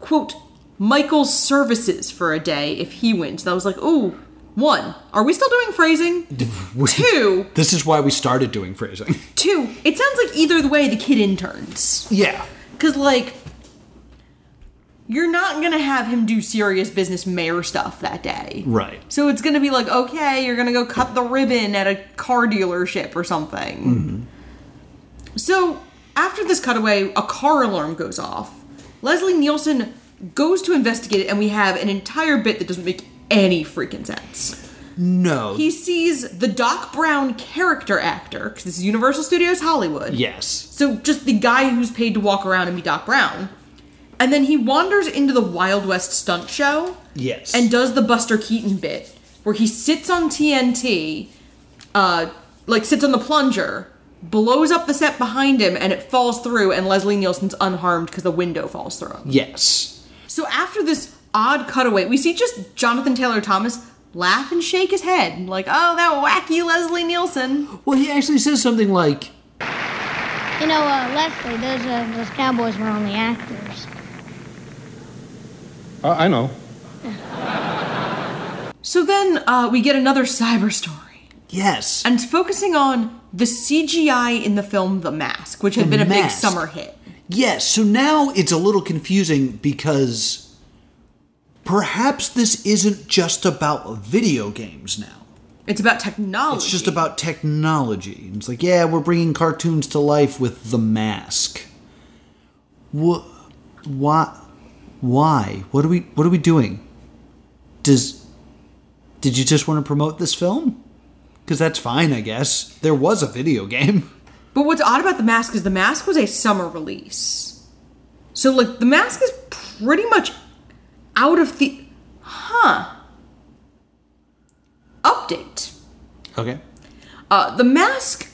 Speaker 2: quote Michael's services for a day if he wins. And I was like, ooh, one. Are we still doing phrasing? Two.
Speaker 1: This is why we started doing phrasing.
Speaker 2: Two. It sounds like either the way the kid interns.
Speaker 1: yeah.
Speaker 2: Because, like, you're not going to have him do serious business mayor stuff that day.
Speaker 1: Right.
Speaker 2: So it's going to be like, okay, you're going to go cut the ribbon at a car dealership or something. So after this cutaway, a car alarm goes off. Leslie Nielsen goes to investigate it, and we have an entire bit that doesn't make any freaking sense.
Speaker 1: No.
Speaker 2: He sees the Doc Brown character actor, because this is Universal Studios Hollywood.
Speaker 1: yes.
Speaker 2: So just the guy who's paid to walk around and be Doc Brown. And then he wanders into the Wild West stunt show
Speaker 1: Yes.
Speaker 2: and does the Buster Keaton bit where he sits on TNT, uh, like sits on the plunger, blows up the set behind him, and it falls through, and Leslie Nielsen's unharmed because the window falls through. him.
Speaker 1: yes.
Speaker 2: So after this odd cutaway, we see just Jonathan Taylor Thomas laugh and shake his head, like, oh, that wacky Leslie Nielsen.
Speaker 1: Well, he actually says something like,
Speaker 3: You know, uh, Leslie, those, uh, those cowboys were only actors.
Speaker 4: Uh, I know.
Speaker 2: So then uh, we get another cyber story.
Speaker 1: "Yes."
Speaker 2: and it's focusing on the CGI in the film The Mask, which had
Speaker 1: The
Speaker 2: been a big
Speaker 1: Mask.
Speaker 2: summer hit.
Speaker 1: Yes, so now it's a little confusing because perhaps this isn't just about video games now.
Speaker 2: It's about technology.
Speaker 1: It's just about technology. It's like, yeah, we're bringing cartoons to life with the mask. What? Why? Why? What are we? What are we doing? Does? Did you just want to promote this film? Because that's fine, I guess. There was a video game.
Speaker 2: But what's odd about The Mask is The Mask was a summer release. So like The Mask is pretty much out of the huh. Update.
Speaker 1: Okay.
Speaker 2: Uh, the Mask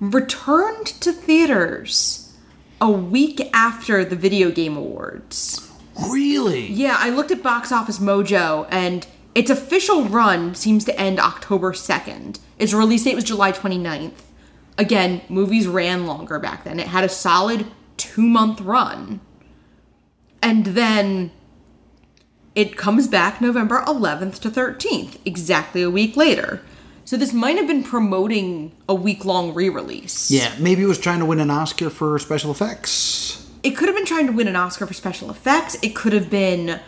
Speaker 2: returned to theaters a week after the video game awards.
Speaker 1: Really?
Speaker 2: Yeah, I looked at Box Office Mojo, and its official run seems to end October 2nd. Its release date was July 29th. Again, movies ran longer back then. It had a solid two month run. And then it comes back November 11th to 13th, exactly a week later. So this might have been promoting a week long re release.
Speaker 1: Yeah, maybe it was trying to win an Oscar for special effects.
Speaker 2: it could have been trying to win an Oscar for special effects. It could have been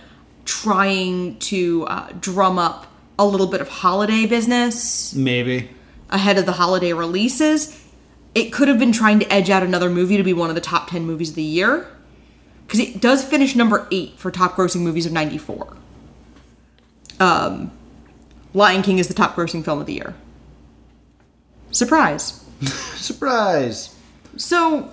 Speaker 2: trying to uh, drum up a little bit of holiday business
Speaker 1: Maybe.
Speaker 2: ahead of the holiday releases. It could have been trying to edge out another movie to be one of the top 10 movies of the year. Because it does finish number eight for top grossing movies of 94. Um, Lion King is the top grossing film of the year. Surprise.
Speaker 1: Surprise.
Speaker 2: So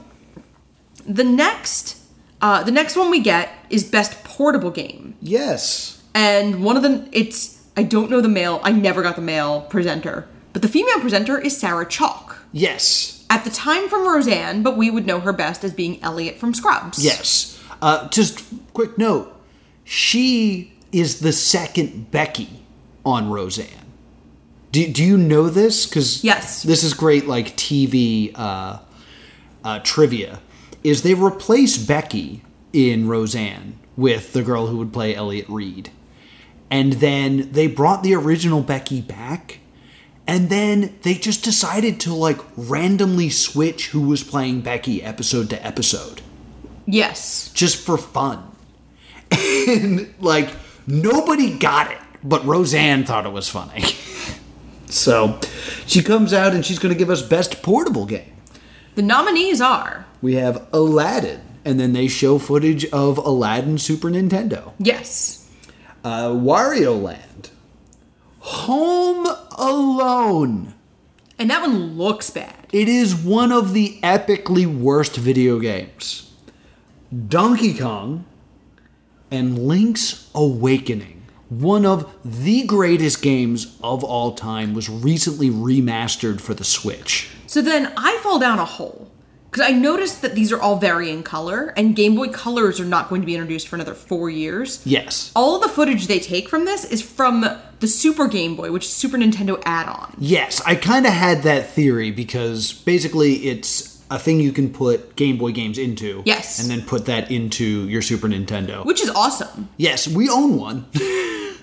Speaker 2: the next uh, the next one we get is best portable game.
Speaker 1: Yes.
Speaker 2: And one of them it's I don't know the male, I never got the male presenter. But the female presenter is Sarah Chalk.
Speaker 1: Yes.
Speaker 2: At the time from Roseanne, but we would know her best as being Elliot from Scrubs.
Speaker 1: Yes. Uh, just quick note. She is the second Becky on Roseanne. Do, do you know this? Because
Speaker 2: Yes.
Speaker 1: this is great. Like TV uh, uh, trivia is they replace Becky in Roseanne with the girl who would play Elliot Reed, and then they brought the original Becky back, and then they just decided to like randomly switch who was playing Becky episode to episode
Speaker 2: Yes.
Speaker 1: just for fun. And like nobody got it, but Roseanne thought it was funny. so she comes out and she's going to give us best portable game.
Speaker 2: The nominees are
Speaker 1: We have Aladdin, and then they show footage of Aladdin Super Nintendo,
Speaker 2: Yes.
Speaker 1: uh, Wario Land, Home Alone.
Speaker 2: And that one looks bad.
Speaker 1: It is one of the epically worst video games. Donkey Kong, and Link's Awakening. One of the greatest games of all time was recently remastered for the Switch.
Speaker 2: So then I fall down a hole because I noticed that these are all varying color, and Game Boy colors are not going to be introduced for another four years.
Speaker 1: Yes.
Speaker 2: All the footage they take from this is from the Super Game Boy, which is Super Nintendo add-on.
Speaker 1: Yes, I kind of had that theory because basically it's a thing you can put Game Boy games into.
Speaker 2: Yes.
Speaker 1: And then put that into your Super Nintendo.
Speaker 2: Which is awesome.
Speaker 1: yes, we own one.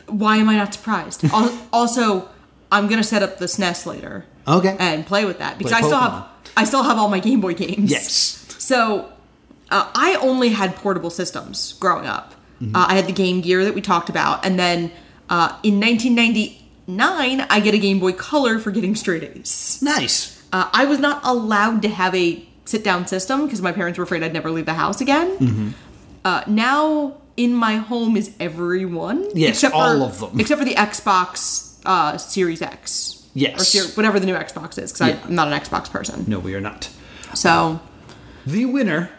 Speaker 2: Why am I not surprised? Al- also, I'm gonna set up the SNES later
Speaker 1: Okay.
Speaker 2: and play with that because
Speaker 1: Play
Speaker 2: I still have
Speaker 1: Pokemon.
Speaker 2: I still have all my Game Boy games.
Speaker 1: yes.
Speaker 2: So, uh, I only had portable systems growing up.
Speaker 1: Mm-hmm.
Speaker 2: Uh, I had the Game Gear that we talked about, and then uh, in 1999, I get a Game Boy Color for getting straight A's.
Speaker 1: Nice.
Speaker 2: Uh, I was not allowed to have a sit down system because my parents were afraid I'd never leave the house again.
Speaker 1: Mm-hmm.
Speaker 2: Uh, now, in my home is everyone.
Speaker 1: Yes,
Speaker 2: except
Speaker 1: all
Speaker 2: for,
Speaker 1: of them.
Speaker 2: Except for the Xbox uh, Series X.
Speaker 1: Yes.
Speaker 2: Or Ser- whatever the new Xbox is because
Speaker 1: Yeah.
Speaker 2: I'm not an Xbox person.
Speaker 1: No, we are not.
Speaker 2: So.
Speaker 1: The winner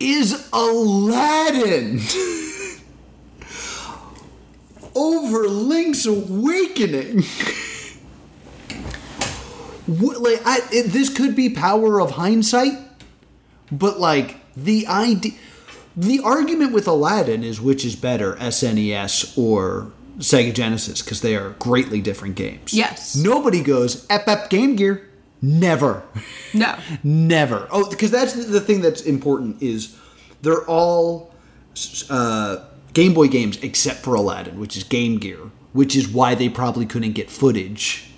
Speaker 1: is Aladdin. Over Link's Awakening. what, like I, it, this could be power of hindsight, but like the idea, the argument with Aladdin is which is better, SNES or Sega Genesis, because they are greatly different games.
Speaker 2: Yes.
Speaker 1: Nobody goes ep ep Game Gear. Never.
Speaker 2: No.
Speaker 1: Never. Oh, because that's the- the thing that's important is they're all s- uh, Game Boy games except for Aladdin, which is Game Gear, which is why they probably couldn't get footage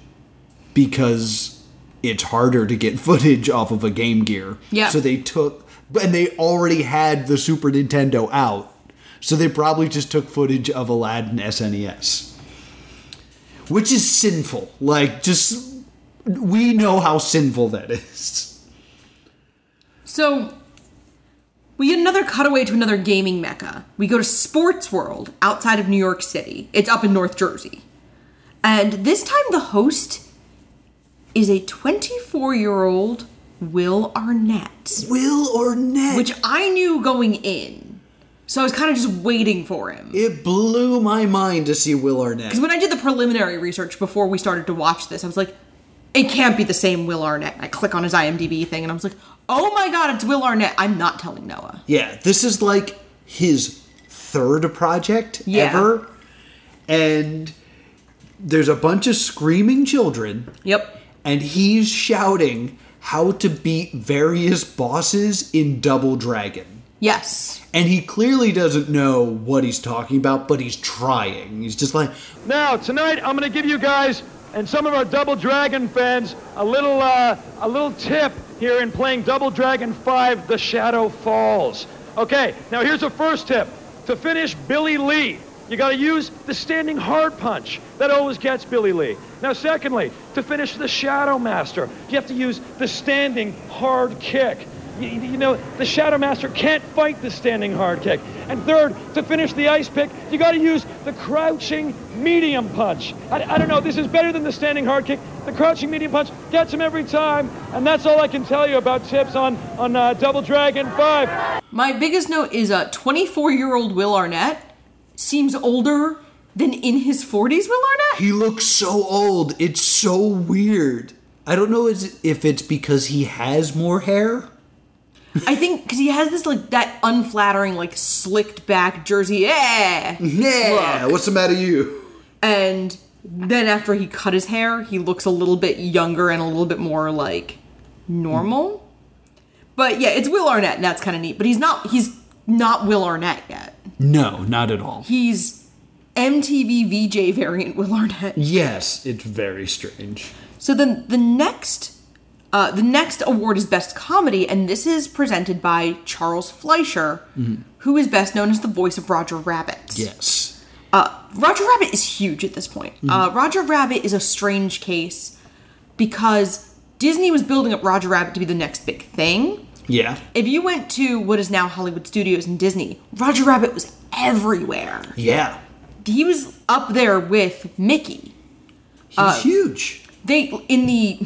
Speaker 1: because it's harder to get footage off of a Game Gear.
Speaker 2: Yeah.
Speaker 1: So they took, but- and they already had the Super Nintendo out, so they probably just took footage of Aladdin SNES, which is sinful. Like, just we know how sinful that is.
Speaker 2: So we get another cutaway to another gaming mecca. We go to Sports World outside of New York City. It's up in North Jersey. And this time the host is a 24 year old Will Arnett,
Speaker 1: Will Arnett.
Speaker 2: which I knew going in. So I was kind of just waiting for him.
Speaker 1: it blew my mind to see Will Arnett.
Speaker 2: Because when I did the preliminary research before we started to watch this, I was like, it can't be the same Will Arnett. I click on his IMDb thing and I was like, oh my god, it's Will Arnett. I'm not telling Noah.
Speaker 1: yeah, this is like his third project
Speaker 2: Yeah.
Speaker 1: ever, and there's a bunch of screaming children,
Speaker 2: Yep.
Speaker 1: and he's shouting how to beat various bosses in Double Dragon.
Speaker 2: Yes.
Speaker 1: And he clearly doesn't know what he's talking about, but he's trying. He's just like,
Speaker 5: Now, tonight, I'm going to give you guys and some of our Double Dragon fans a little, uh, a little tip here in playing Double Dragon 5 The Shadow Falls. Okay, now here's a first tip. To finish Billy Lee, you got to use the standing hard punch. That always gets Billy Lee. Now, secondly, to finish the Shadow Master, you have to use the standing hard kick. You, you know, the Shadow Master can't fight the standing hard kick. And third, to finish the ice pick, you got to use the crouching medium punch. I, I don't know, this is better than the standing hard kick. The crouching medium punch gets him every time. And that's all I can tell you about tips on, on uh, Double Dragon 5.
Speaker 2: My biggest note is a 24 year old Will Arnett seems older than in his 40s Will Arnett.
Speaker 1: He looks so old. It's so weird. I don't know is- if it's because he has more hair.
Speaker 2: I think because he has this like that unflattering like slicked back jersey. Yeah.
Speaker 1: Yeah. What's the matter, you?
Speaker 2: And then after he cut his hair, he looks a little bit younger and a little bit more like normal. But yeah, it's Will Arnett, and that's kind of neat. But he's not he's not Will Arnett yet.
Speaker 1: No, not at all.
Speaker 2: He's MTV VJ variant Will Arnett.
Speaker 1: yes, it's very strange.
Speaker 2: So then the next uh, the next award is best comedy, and this is presented by Charles Fleischer, who is best known as the voice of Roger Rabbit.
Speaker 1: Yes.
Speaker 2: Roger Rabbit is huge at this point. Uh, Roger Rabbit is a strange case because Disney was building up Roger Rabbit to be the next big thing.
Speaker 1: Yeah.
Speaker 2: If you went to what is now Hollywood Studios and Disney, Roger Rabbit was everywhere.
Speaker 1: Yeah.
Speaker 2: He was up there with Mickey.
Speaker 1: He's huge.
Speaker 2: they in the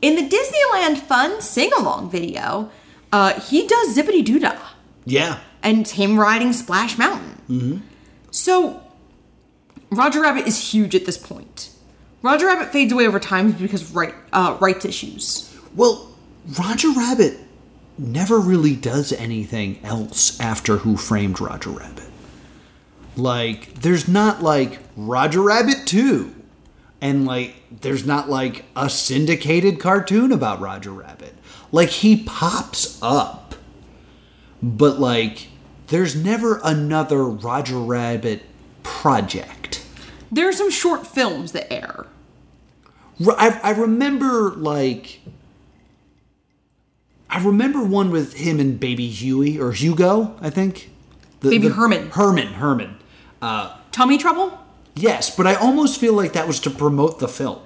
Speaker 2: in the Disneyland Fun sing along video, uh, he does zippity doo dah.
Speaker 1: Yeah.
Speaker 2: and it's him riding Splash Mountain. So Roger Rabbit is huge at this point. Roger Rabbit fades away over time because right, uh, rights issues.
Speaker 1: Well, Roger Rabbit never really does anything else after Who Framed Roger Rabbit. Like, there's not like Roger Rabbit 2. And like, there's not like a syndicated cartoon about Roger Rabbit. Like, he pops up. But like, there's never another Roger Rabbit project.
Speaker 2: There are some short films that air.
Speaker 1: Re- I, I remember like I remember one with him and Baby Huey or Hugo, I think. The-
Speaker 2: Baby Herman.
Speaker 1: Herman, Herman.
Speaker 2: Tummy Trouble.
Speaker 1: Yes, but I almost feel like that was to promote the film.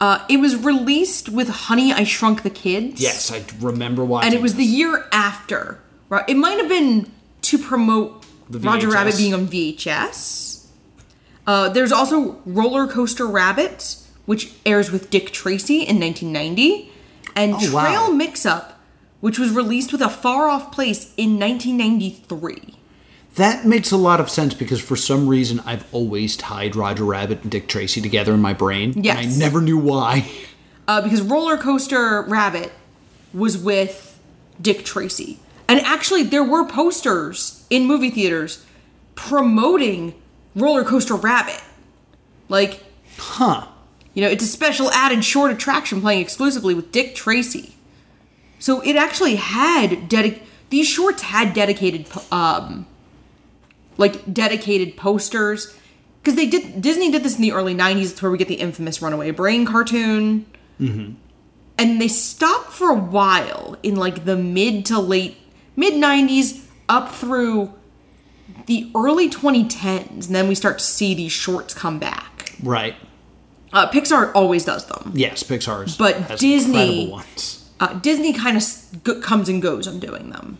Speaker 2: Uh, it was released with Honey, I Shrunk the Kids.
Speaker 1: Yes, I remember watching.
Speaker 2: and it was the
Speaker 1: this.
Speaker 2: year after. Ro- It might have been to promote
Speaker 1: The
Speaker 2: Roger
Speaker 1: VHS.
Speaker 2: Rabbit being on VHS. Uh, there's also Roller Coaster Rabbit, which airs with Dick Tracy in 1990, and
Speaker 1: Oh,
Speaker 2: Trail
Speaker 1: wow.
Speaker 2: Mix Up, which was released with A Far Off Place in 1993.
Speaker 1: That makes a lot of sense because for some reason I've always tied Roger Rabbit and Dick Tracy together in my brain. and I
Speaker 2: Yes.
Speaker 1: never knew why.
Speaker 2: uh, because Roller Coaster Rabbit was with Dick Tracy. And actually, there were posters in movie theaters promoting Roller Coaster Rabbit. Like,
Speaker 1: Huh.
Speaker 2: you know, it's a special added short attraction playing exclusively with Dick Tracy. So it actually had dedic- these shorts had dedicated po- um like dedicated posters cuz they did Disney did this in the early 90s it's where we get the infamous Runaway Brain cartoon. And they stopped for a while in like the mid to late mid 90s up through the early 2010s and then we start to see these shorts come back.
Speaker 1: Right.
Speaker 2: Uh, Pixar always does them.
Speaker 1: Yes, Pixar's.
Speaker 2: But
Speaker 1: has
Speaker 2: Disney-
Speaker 1: incredible ones.
Speaker 2: Uh, Disney kind of s- g- comes and goes on doing them.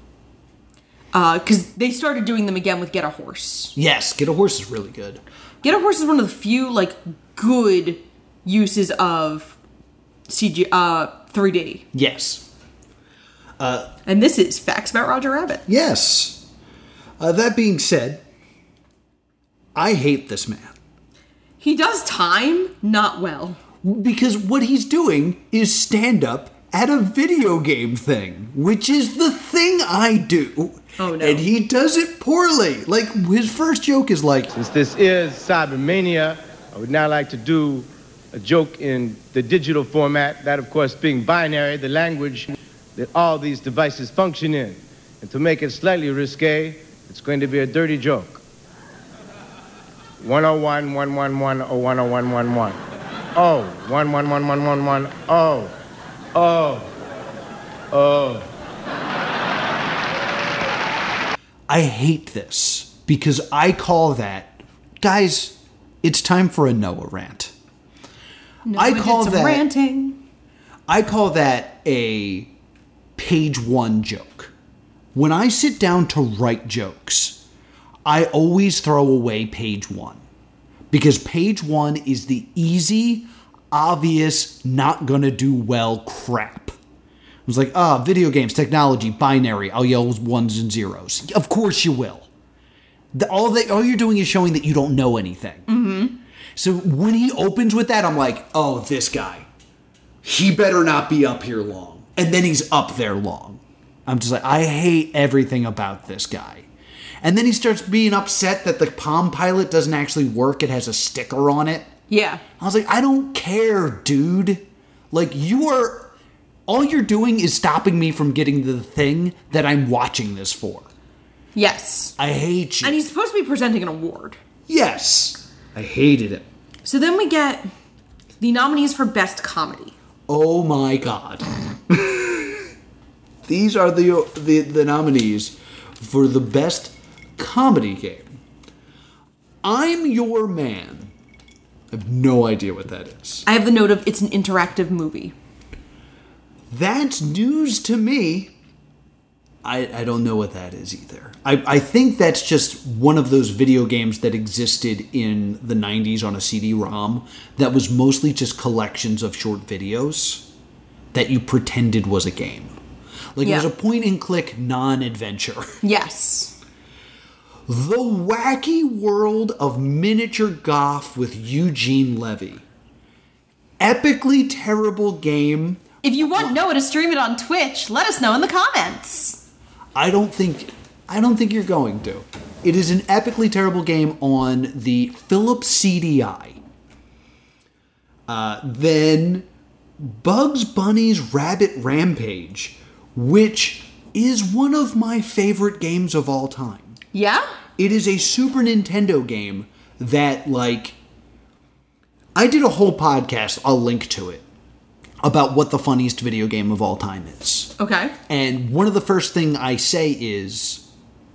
Speaker 2: Because they started doing them again with Get a Horse.
Speaker 1: Yes, Get a Horse is really good.
Speaker 2: Get a Horse is one of the few, like, good uses of CG, uh, 3D.
Speaker 1: Yes.
Speaker 2: And this is Facts About Roger Rabbit.
Speaker 1: Yes. Uh, that being said, I hate this man
Speaker 2: He does time not well.
Speaker 1: because what he's doing is stand up at a video game thing, which is the thing I do.
Speaker 2: Oh, no.
Speaker 1: And he does it poorly. Like his first joke is like,
Speaker 5: Since this is Cybermania, I would now like to do a joke in the digital format, that of course being binary, the language that all these devices function in. And to make it slightly risque, it's going to be a dirty joke. 101, 111, oh, 101, 111. Oh, 111111, oh, oh, oh.
Speaker 1: I hate this because I call that, guys, it's time for a Noah rant.
Speaker 2: No,
Speaker 1: I
Speaker 2: it did
Speaker 1: call
Speaker 2: some
Speaker 1: that-
Speaker 2: ranting.
Speaker 1: I call that a page one joke. When I sit down to write jokes, I always throw away page one because page one is the easy, obvious, not gonna do well crap. I was like, ah, video games, technology, binary. I'll yell ones and zeros. Of course you will. The- all that all you're doing is showing that you don't know anything. So when he opens with that, I'm like, oh, this guy he better not be up here long. And then he's up there long. I'm just like, I hate everything about this guy. And then he starts being upset that the Palm Pilot doesn't actually work, it has a sticker on it.
Speaker 2: Yeah.
Speaker 1: I was like, I don't care, dude. Like, you are. All you're doing is stopping me from getting the thing that I'm watching this for.
Speaker 2: Yes.
Speaker 1: I hate you.
Speaker 2: And he's supposed to be presenting an award.
Speaker 1: yes. I hated it.
Speaker 2: So then we get the nominees for Best Comedy.
Speaker 1: Oh my god. These are the, the the nominees for the best comedy game. I'm Your Man. I have no idea what that is.
Speaker 2: I have the note of it's an interactive movie.
Speaker 1: That's news to me. I, I don't know what that is either. I, I think that's just one of those video games that existed in the 90s on a CD ROM that was mostly just collections of short videos that you pretended was a game. Like
Speaker 2: Yeah.
Speaker 1: it was a point and click non adventure.
Speaker 2: Yes.
Speaker 1: The Wacky World of Miniature Golf with Eugene Levy. Epically terrible game.
Speaker 2: If you want Noah to stream it on Twitch, let us know in the comments.
Speaker 1: I don't think I don't think you're going to. It is an epically terrible game on the Philips CDI. Uh, then Bugs Bunny's Rabbit Rampage, which is one of my favorite games of all time.
Speaker 2: Yeah?
Speaker 1: It is a Super Nintendo game that, like, I did a whole podcast, I'll link to it, about what the funniest video game of all time is.
Speaker 2: Okay.
Speaker 1: And one of the first thing I say is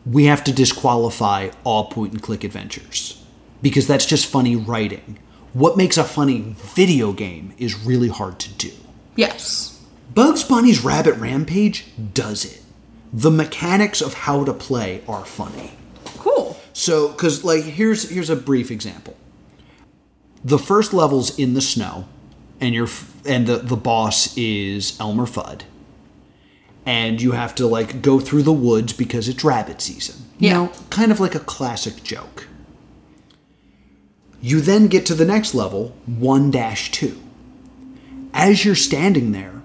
Speaker 1: we have to disqualify all point and click adventures because that's just funny writing. What makes a funny video game is really hard to do.
Speaker 2: Yes.
Speaker 1: Bugs Bunny's Rabbit Rampage does it. The mechanics of how to play are funny.
Speaker 2: Cool.
Speaker 1: So, because like here's here's a brief example. The first level's in the snow, and you're f- and the the boss is Elmer Fudd, and you have to like go through the woods because it's rabbit season. You
Speaker 2: Yeah.
Speaker 1: know, kind of like a classic joke. You then get to the next level, one dash two. As you're standing there,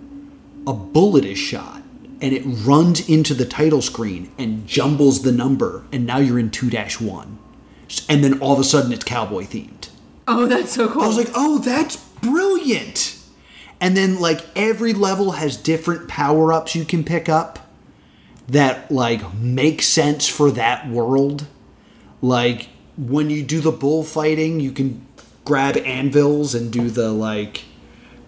Speaker 1: a bullet is shot and it runs into the title screen and jumbles the number and now you're in 2-1 and then all of a sudden it's cowboy themed
Speaker 2: Oh, that's so cool.
Speaker 1: i was like oh that's brilliant and then like every level has different power-ups you can pick up that like make sense for that world like when you do the bullfighting you can grab anvils and do the like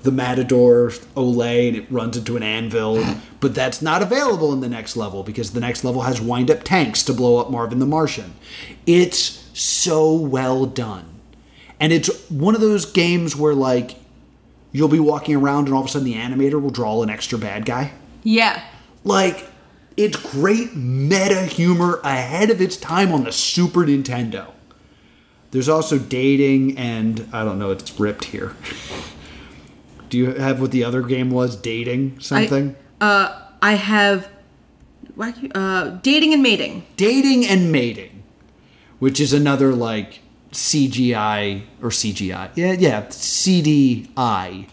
Speaker 1: the matador Olay and it runs into an anvil. But that's not available in the next level because the next level has wind up tanks to blow up Marvin the Martian. It's so well done. And it's one of those games where, like, you'll be walking around and all of a sudden the animator will draw an extra bad guy.
Speaker 2: yeah.
Speaker 1: Like, it's great meta humor ahead of its time on the Super Nintendo. There's also dating, and I don't know, it's ripped here. Do you have what the other game was? Dating something?
Speaker 2: I have wacky, uh, dating and mating.
Speaker 1: dating and mating, which is another like CGI or CGI, yeah, yeah, CDI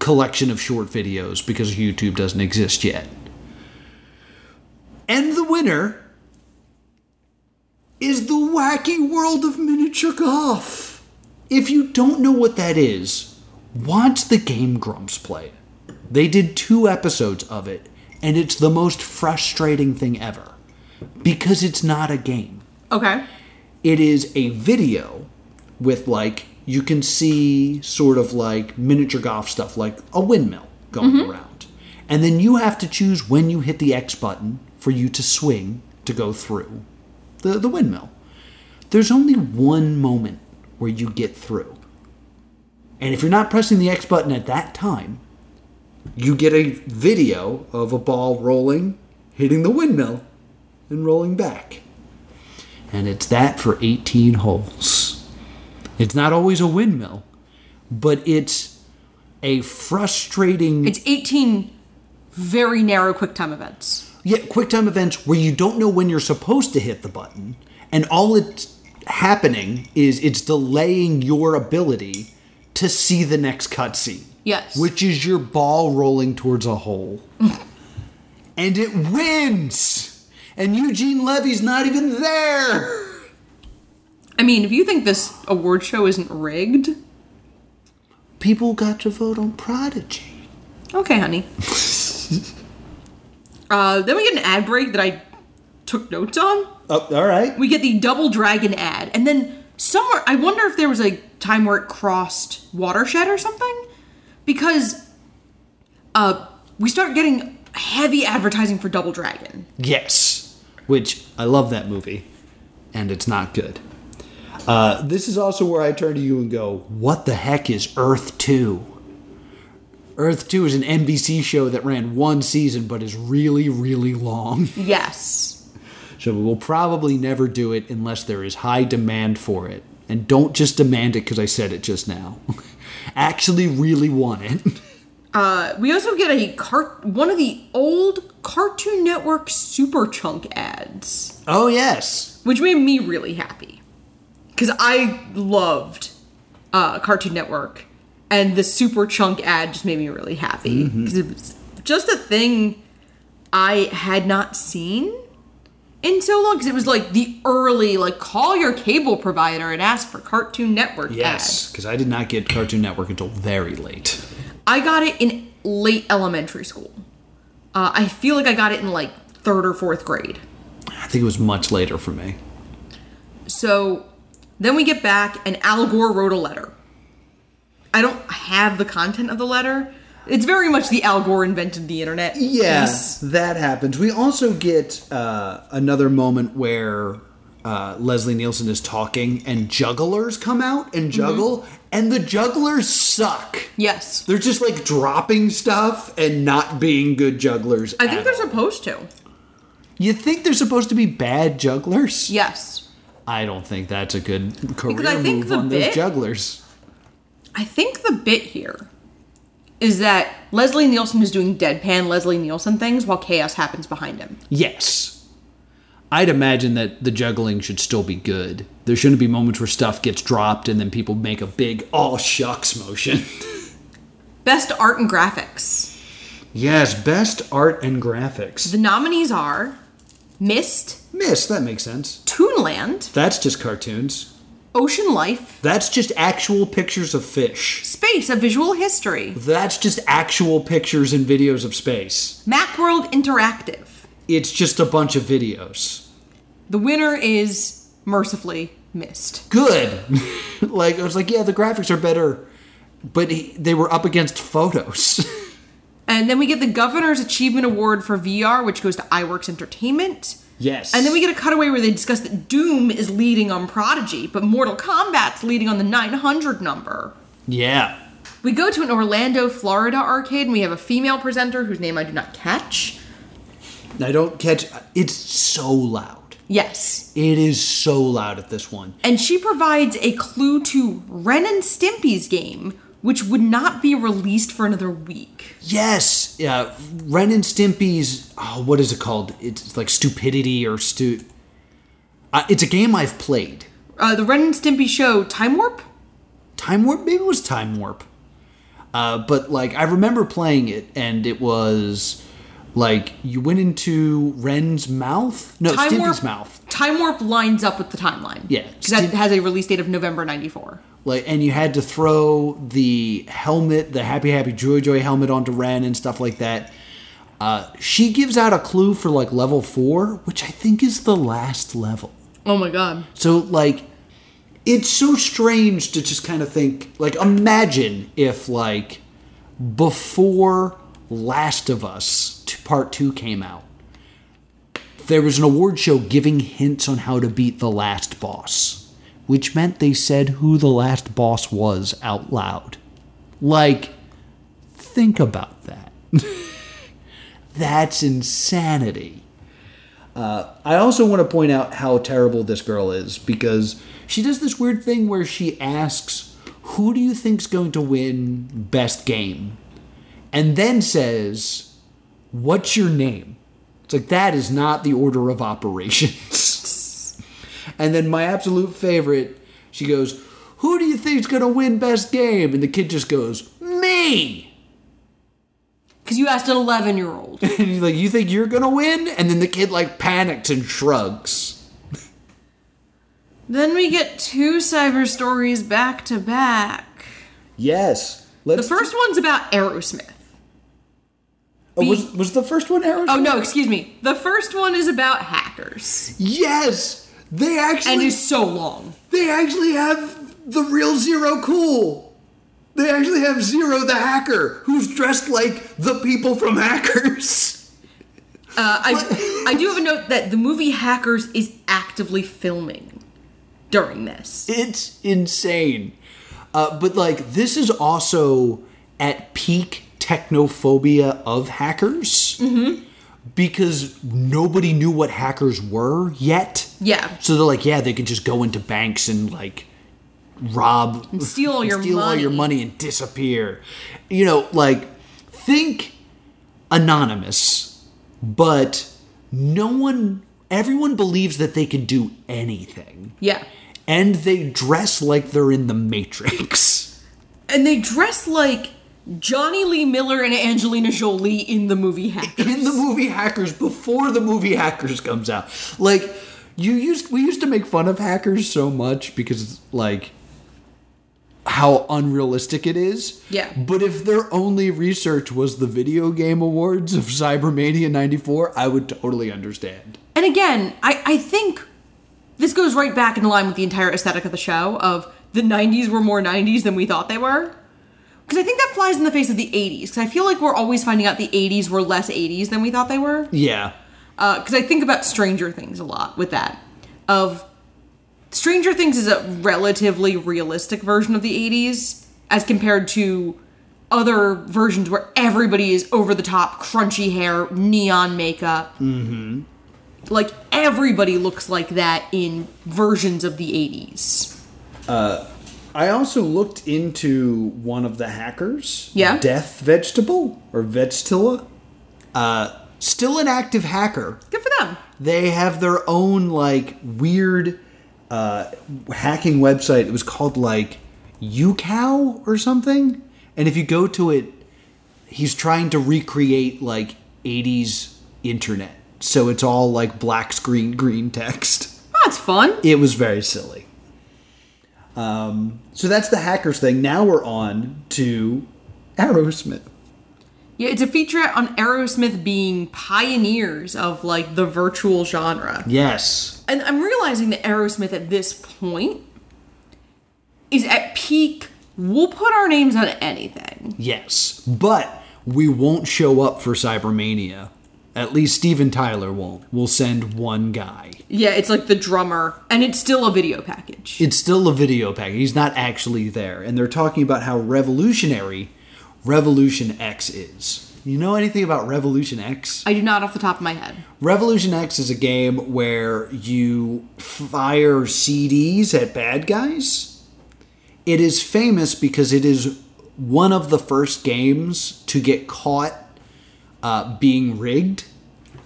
Speaker 1: collection of short videos because YouTube doesn't exist yet. And the winner is the wacky world of miniature golf. If you don't know what that is, watch the Game Grumps play it. They did two episodes of it, and it's the most frustrating thing ever because it's not a game.
Speaker 2: Okay.
Speaker 1: It is a video with like you can see sort of like miniature golf stuff, like a windmill going around, and then you have to choose when you hit the X button for you to swing to go through the the windmill. There's only one moment where you get through, and if you're not pressing the X button at that time, you get a video of a ball rolling, hitting the windmill, and rolling back. And it's that for 18 holes. It's not always a windmill, but it's a frustrating
Speaker 2: It's 18 very narrow quick time events.
Speaker 1: yet QuickTime events where you don't know when you're supposed to hit the button, and all it's happening is it's delaying your ability to see the next cutscene.
Speaker 2: Yes.
Speaker 1: Which is your ball rolling towards a hole. and it wins! And Eugene Levy's not even there!
Speaker 2: I mean, if you think this award show isn't rigged,
Speaker 1: People got to vote on Prodigy.
Speaker 2: okay, honey. uh, then we get an ad break that I took notes on.
Speaker 1: Oh, all right.
Speaker 2: We get the Double Dragon ad, and then somewhere I wonder if there was a time where it crossed Watershed or something, because uh, we start getting heavy advertising for Double Dragon.
Speaker 1: Yes. Which I love that movie, and it's not good. Uh, this is also where I turn to you and go, What the heck is Earth 2? Earth 2 is an NBC show that ran one season but is really, really long.
Speaker 2: Yes.
Speaker 1: So we will probably never do it unless there is high demand for it. And don't just demand it because I said it just now. Actually, really want it.
Speaker 2: Uh, we also get a cart one of the old Cartoon Network Superchunk ads,
Speaker 1: Oh yes,
Speaker 2: which made me really happy because I loved uh, Cartoon Network, and the Superchunk ad just made me really happy because it was just a thing I had not seen in so long because it was like the early like call your cable provider and ask for Cartoon Network ad.
Speaker 1: yes. Because I did not get Cartoon Network until very late.
Speaker 2: I got it in late elementary school. Uh, I feel like I got it in like third or fourth grade.
Speaker 1: I think it was much later for me.
Speaker 2: So then we get back, and Al Gore wrote a letter. I don't have the content of the letter. It's very much the Al Gore invented the internet.
Speaker 1: Yes, that happens. We also get uh, another moment where uh, Leslie Nielsen is talking, and jugglers come out and
Speaker 2: Mm-hmm.
Speaker 1: juggle, and the jugglers suck.
Speaker 2: Yes.
Speaker 1: They're just like dropping stuff and not being good jugglers.
Speaker 2: I think
Speaker 1: at
Speaker 2: they're
Speaker 1: all.
Speaker 2: supposed to.
Speaker 1: You think they're supposed to be bad jugglers?
Speaker 2: Yes.
Speaker 1: I don't think that's a good career
Speaker 2: I think
Speaker 1: move
Speaker 2: the
Speaker 1: on
Speaker 2: bit-
Speaker 1: those jugglers.
Speaker 2: I think the bit here is that Leslie Nielsen is doing deadpan Leslie Nielsen things while chaos happens behind him.
Speaker 1: Yes. I'd imagine that the juggling should still be good. There shouldn't be moments where stuff gets dropped and then people make a big all shucks motion.
Speaker 2: Best art and graphics.
Speaker 1: yes, best art and graphics.
Speaker 2: The nominees are Mist,
Speaker 1: Miss, that makes sense.
Speaker 2: Toonland,
Speaker 1: That's just cartoons.
Speaker 2: Ocean Life,
Speaker 1: That's just actual pictures of fish.
Speaker 2: Space, A Visual History,
Speaker 1: That's just actual pictures and videos of space.
Speaker 2: Macworld Interactive.
Speaker 1: It's just a bunch of videos.
Speaker 2: The winner is, mercifully, Mist.
Speaker 1: Good. like, I was like, yeah, the graphics are better, but he, they were up against photos.
Speaker 2: And then we get the Governor's Achievement Award for VR, which goes to iWorks Entertainment.
Speaker 1: yes.
Speaker 2: And then we get a cutaway where they discuss that Doom is leading on Prodigy, but Mortal Kombat's leading on the 900 number.
Speaker 1: Yeah.
Speaker 2: We go to an Orlando, Florida arcade, and we have a female presenter whose name I do not catch.
Speaker 1: I don't catch. It's so loud.
Speaker 2: Yes,
Speaker 1: It is so loud at this one.
Speaker 2: and she provides a clue to Ren and Stimpy's game, which would not be released for another week.
Speaker 1: Yes. Yeah. Ren and Stimpy's. Oh, what is it called? It's like stupidity or stu. Uh, it's a game I've played.
Speaker 2: Uh, the Ren and Stimpy show, Time Warp?
Speaker 1: Time Warp? Maybe it was Time Warp. Uh, but like I remember playing it, and it was like you went into Ren's mouth. No,
Speaker 2: Time
Speaker 1: Stimpy's
Speaker 2: Warp
Speaker 1: mouth.
Speaker 2: Time Warp lines up with the timeline.
Speaker 1: Yeah,
Speaker 2: Because that
Speaker 1: Stim-
Speaker 2: has a release date of November 94.
Speaker 1: like and you had to throw the helmet the happy happy joy joy helmet onto ren and stuff like that uh, she gives out a clue for like level four which i think is the last level
Speaker 2: Oh my god.
Speaker 1: so like it's so strange to just kind of think like imagine if like before last of us t- part two came out there was an award show giving hints on how to beat the last boss, which meant they said who the last boss was out loud. Like, think about that. That's insanity. Uh, I also want to point out how terrible this girl is because she does this weird thing where she asks, Who do you think's going to win best game? And then says, What's your name? It's like that is not the order of operations. and then my absolute favorite, she goes, "Who do you think's gonna win best game?" And the kid just goes, "Me."
Speaker 2: Because you asked an 11 year old.
Speaker 1: And he's like, "You think you're gonna win?" And then the kid like panics and shrugs.
Speaker 2: then we get two cyber stories back to back.
Speaker 1: Yes. Let's
Speaker 2: The first one's about Aerosmith.
Speaker 1: oh, was, was the first one Aerosmith?
Speaker 2: Oh no, excuse me. The first one is about hackers.
Speaker 1: Yes, they actually
Speaker 2: And is so long.
Speaker 1: they actually have the real Zero Cool. They actually have Zero the hacker, who's dressed like the people from Hackers.
Speaker 2: Uh, I, I do have a note that the movie Hackers is actively filming during this.
Speaker 1: It's insane. Uh, but like this is also at peak technophobia of hackers
Speaker 2: Mm-hmm.
Speaker 1: because nobody knew what hackers were yet.
Speaker 2: Yeah.
Speaker 1: So they're like, yeah, they can just go into banks and like rob
Speaker 2: steal all your
Speaker 1: steal all your
Speaker 2: money.
Speaker 1: money and disappear. You know, like think anonymous, but no one, everyone believes that they can do anything.
Speaker 2: Yeah.
Speaker 1: And they dress like they're in the Matrix.
Speaker 2: And they dress like Johnny Lee Miller and Angelina Jolie in the movie Hackers.
Speaker 1: In the movie Hackers, before the movie Hackers comes out. Like, you used we used to make fun of hackers so much because like how unrealistic it is.
Speaker 2: Yeah.
Speaker 1: But if their only research was the video game awards of Cybermania 94, I would totally understand.
Speaker 2: And again, I, I think this goes right back in line with the entire aesthetic of the show of the 90s were more 90s than we thought they were. Because I think that flies in the face of the 80s. Because I feel like we're always finding out the 80s were less 80s than we thought they were.
Speaker 1: Yeah.
Speaker 2: because Uh, I think about Stranger Things a lot with that. Of Stranger Things is a relatively realistic version of the 80s as compared to other versions where everybody is over the top, crunchy hair, neon makeup. Mm-hmm. Like everybody looks like that in versions of the 80s.
Speaker 1: I also looked into one of the hackers.
Speaker 2: Yeah.
Speaker 1: Death Vegetable or Vegetilla. Uh, still an active hacker.
Speaker 2: Good for them.
Speaker 1: they have their own like weird uh, hacking website. It was called like UCow or something. And if you go to it, he's trying to recreate like 80s internet. So it's all like black screen, green text.
Speaker 2: That's Ah, fun.
Speaker 1: It was very silly. Um, so that's the hackers thing. Now we're on to Aerosmith.
Speaker 2: Yeah, it's a featurette on Aerosmith being pioneers of like the virtual genre.
Speaker 1: Yes.
Speaker 2: and I'm realizing that Aerosmith at this point is at peak. We'll put our names on anything.
Speaker 1: Yes. But we won't show up for Cybermania. At least Steven Tyler won't. We'll send one guy.
Speaker 2: Yeah, it's like the drummer, and it's still a video package.
Speaker 1: It's still a video package. He's not actually there. And they're talking about how revolutionary Revolution X is. You know anything about Revolution X?
Speaker 2: I do not off the top of my head.
Speaker 1: Revolution X is a game where you fire CDs at bad guys. It is famous because it is one of the first games to get caught uh, being rigged.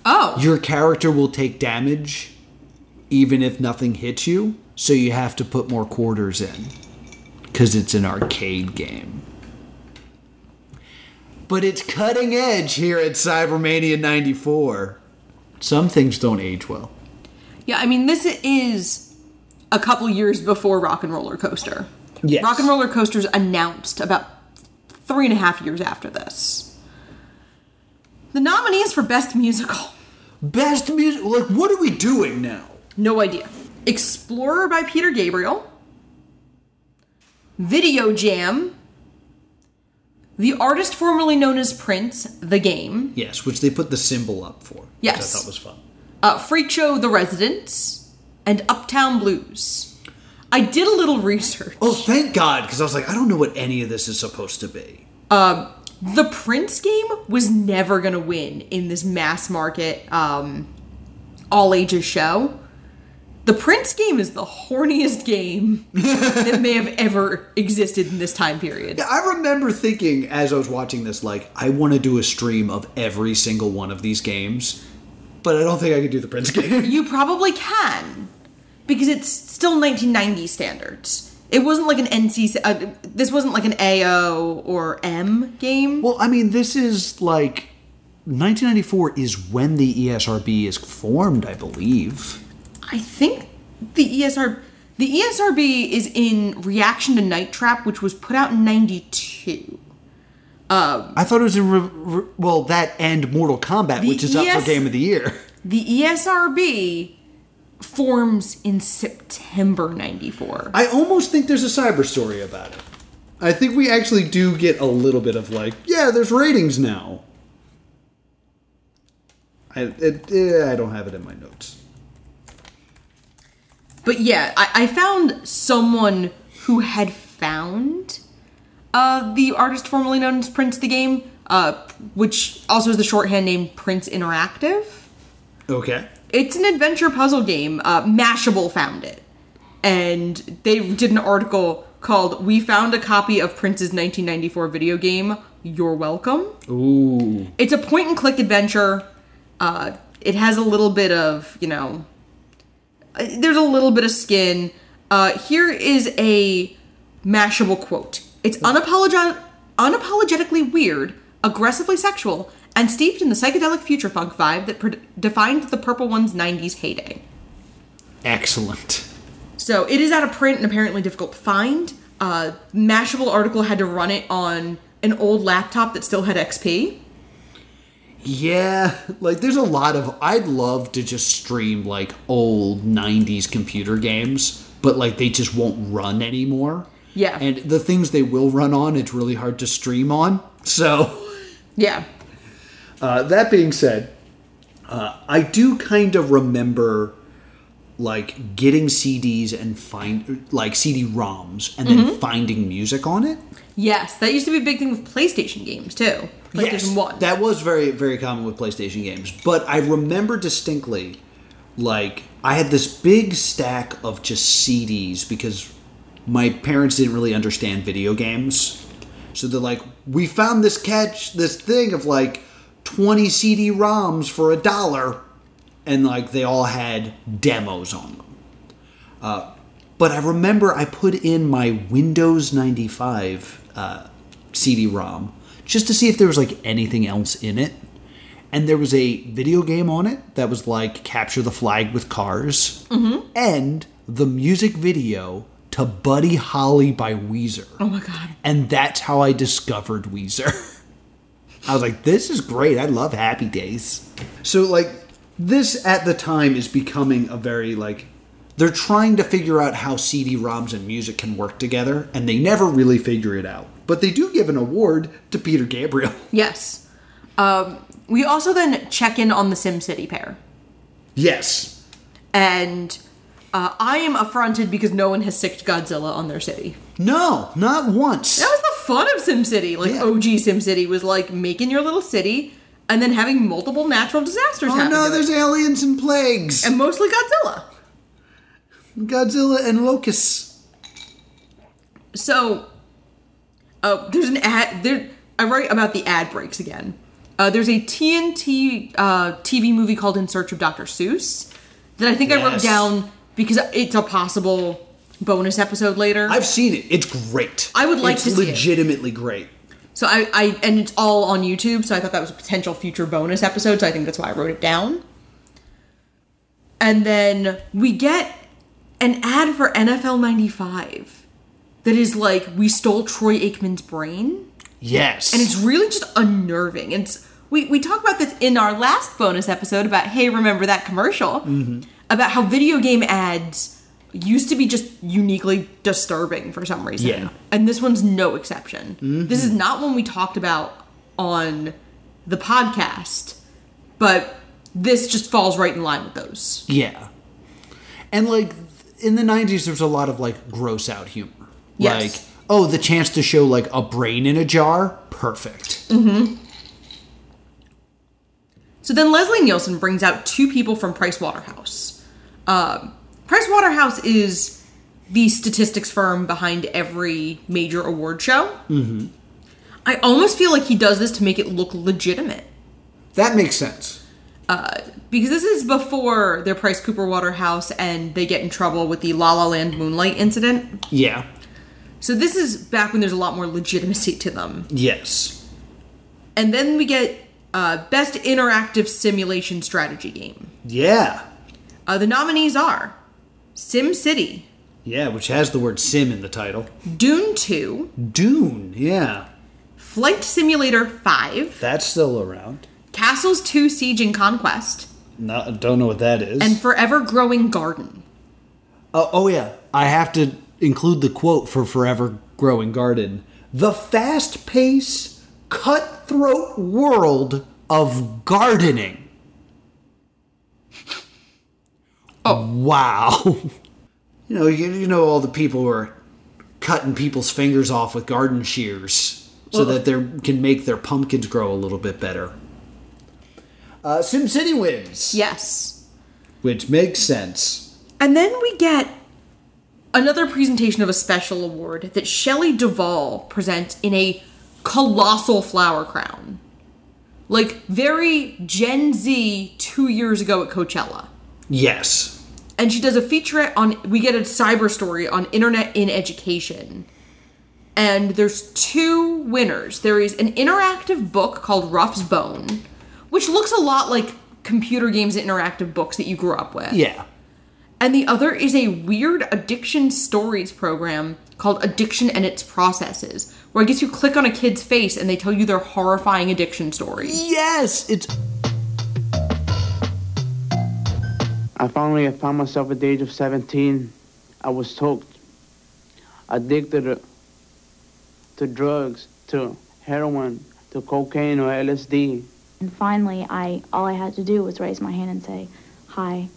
Speaker 2: Oh,
Speaker 1: Your character will take damage even if nothing hits you, so you have to put more quarters in because it's an arcade game. But it's cutting edge here at Cybermania 94. Some things don't age well.
Speaker 2: yeah. I mean, this is a couple years before Rock and Roller Coaster.
Speaker 1: Yes.
Speaker 2: Rock and Roller Coaster's announced about three and a half years after this. The nominees for Best Musical.
Speaker 1: Best music. Like, what are we doing now?
Speaker 2: No idea. Explorer by Peter Gabriel. Video Jam. The artist formerly known as Prince, The Game.
Speaker 1: Yes, which they put the symbol up for.
Speaker 2: Yes.
Speaker 1: Which I thought was fun.
Speaker 2: Uh, Freak Show, The Residents. And Uptown Blues. I did a little research.
Speaker 1: Oh, thank God, because I was like, I don't know what any of this is supposed to be.
Speaker 2: The Prince game was never going to win in this mass market, um, all ages show. The Prince game is the horniest game that may have ever existed in this time period.
Speaker 1: I remember thinking as I was watching this, like, I want to do a stream of every single one of these games, but I don't think I could do the Prince game.
Speaker 2: You probably can because it's still 1990 standards. It wasn't like an NC. Uh, this wasn't like an AO or M game.
Speaker 1: well, I mean, this is like 1994 is when the E ESRB is formed, I believe.
Speaker 2: I think the ESR, the E ESRB is in reaction to Night Trap, which was put out in 92.
Speaker 1: I thought it was in, re- re- well, that and Mortal Kombat,
Speaker 2: The
Speaker 1: which is up
Speaker 2: ES
Speaker 1: for Game of the E Year.
Speaker 2: The E ESRB forms in September 94.
Speaker 1: I almost think there's a cyber story about it. I think we actually do get a little bit of like, yeah, there's ratings now. I it, eh, I don't have it in my notes.
Speaker 2: But yeah, I, I found someone who had found uh, the artist formerly known as Prince the Game, uh, which also is the shorthand name Prince Interactive.
Speaker 1: Okay.
Speaker 2: It's an adventure puzzle game. Uh, Mashable found it. And they did an article called We Found a Copy of Prince's 1994 Video Game You're welcome.
Speaker 1: Ooh.
Speaker 2: It's a point and click adventure. Uh, it has a little bit of, you know, uh, there's a little bit of skin. Uh, here is a mashable quote It's unapologi- unapologetically weird, aggressively sexual, and steeped in the psychedelic future funk vibe that pre- defined the Purple One's 90s heyday.
Speaker 1: Excellent.
Speaker 2: So it is out of print and apparently difficult to find. Uh, Mashable article had to run it on an old laptop that still had XP.
Speaker 1: Yeah, like there's a lot of I'd love to just stream like old 90s computer games, but like they just won't run anymore.
Speaker 2: Yeah.
Speaker 1: And the things they will run on, it's really hard to stream on. So,
Speaker 2: Yeah.
Speaker 1: uh, that being said, uh, I do kind of remember like getting CDs and find like CD ROMs and then finding music on it.
Speaker 2: Yes, that used to be a big thing with PlayStation games too. PlayStation One.
Speaker 1: That was very very common with PlayStation games, but I remember distinctly like I had this big stack of just CDs because my parents didn't really understand video games. So they're like, "We found this catch this thing of like 20 CD ROMs for a dollar." And like they all had demos on them. Uh, But I remember I put in my Windows 95 uh, CD ROM just to see if there was like anything else in it. And there was a video game on it that was like Capture the Flag with Cars and the music video to Buddy Holly by Weezer.
Speaker 2: oh my god.
Speaker 1: And that's how I discovered Weezer. I was like, this is great. I love Happy Days. So, like, this at the time is becoming a very, like, they're trying to figure out how CD ROMs and music can work together, and they never really figure it out. But they do give an award to Peter Gabriel.
Speaker 2: Yes. Um, we also then check in on the SimCity pair,
Speaker 1: yes.
Speaker 2: and uh, I am affronted because no one has sicked Godzilla on their city.
Speaker 1: No, not once.
Speaker 2: That was the fun of SimCity. Like
Speaker 1: Yeah.
Speaker 2: OG SimCity was like making your little city and then having multiple natural disasters
Speaker 1: Oh
Speaker 2: happen.
Speaker 1: no,
Speaker 2: to it.
Speaker 1: there's aliens and plagues.
Speaker 2: and mostly Godzilla.
Speaker 1: Godzilla and locusts.
Speaker 2: So, uh, there's an ad. There, I write about the ad breaks again. Uh, there's a TNT uh, TV movie called In Search of Dr. Seuss that I think I
Speaker 1: Yes.
Speaker 2: wrote down because it's a possible bonus episode later.
Speaker 1: I've seen it. It's great.
Speaker 2: I would like
Speaker 1: it's
Speaker 2: to see it.
Speaker 1: legitimately great.
Speaker 2: so I, I, and it's all on YouTube. So I thought that was a potential future bonus episode. So I think that's why I wrote it down. And then we get an ad for NFL '95 that is like we stole Troy Aikman's brain.
Speaker 1: Yes.
Speaker 2: And it's really just unnerving. And it's, we, we talk about this in our last bonus episode about, hey, remember that commercial?
Speaker 1: Mm-hmm.
Speaker 2: About how video game ads used to be just uniquely disturbing for some reason.
Speaker 1: Yeah. Mm-hmm.
Speaker 2: And this one's no exception. This is not one we talked about on the podcast, but this just falls right in line with those.
Speaker 1: Yeah. And like in the 90s there's a lot of like gross out humor.
Speaker 2: Yes.
Speaker 1: Like oh the chance to show like a brain in a jar, perfect.
Speaker 2: So then Leslie Nielsen brings out two people from Price Waterhouse. Um, Price Waterhouse is the statistics firm behind every major award show. Mm-hmm. I almost feel like he does this to make it look legitimate uh,
Speaker 1: That makes sense.
Speaker 2: because this is before their Price Cooper Waterhouse and they get in trouble with the La La Land Moonlight incident.
Speaker 1: Yeah.
Speaker 2: So this is back when there's a lot more legitimacy to them.
Speaker 1: Yes.
Speaker 2: And then we get uh, best interactive simulation strategy game.
Speaker 1: Yeah.
Speaker 2: Uh, the nominees are Sim City,
Speaker 1: Yeah, which has the word sim in the title.
Speaker 2: Dune 2,
Speaker 1: Dune, yeah.
Speaker 2: Flight Simulator 5,
Speaker 1: That's still around.
Speaker 2: Castles 2 Siege and Conquest,
Speaker 1: Not, don't know what that is.
Speaker 2: and Forever Growing Garden.
Speaker 1: Oh, oh yeah, I have to include the quote for Forever Growing Garden. The fast paced cutthroat world of gardening. Oh wow! you know, you, you know all the people who are cutting people's fingers off with garden shears so that they can make their pumpkins grow a little bit better. Uh, SimCity wins,
Speaker 2: Yes.
Speaker 1: which makes sense.
Speaker 2: And then we get another presentation of a special award that Shelley Duvall presents in a colossal flower crown. Like very Gen Z two years ago at Coachella.
Speaker 1: Yes.
Speaker 2: And she does a featurette on, we get a cyber story on internet in education. And there's two winners. There is an interactive book called Ruff's Bone, which looks a lot like computer games and interactive books that you grew up with
Speaker 1: Yeah.
Speaker 2: and the other is a weird addiction stories program called Addiction and Its Processes, where I guess you click on a kid's face and they tell you their horrifying addiction story.
Speaker 1: Yes. It's
Speaker 9: I finally found myself at the age of 17. I was hooked, addicted to- to drugs, to heroin, to cocaine or LSD.
Speaker 10: And finally, I all I had to do was raise my hand and say, "Hi,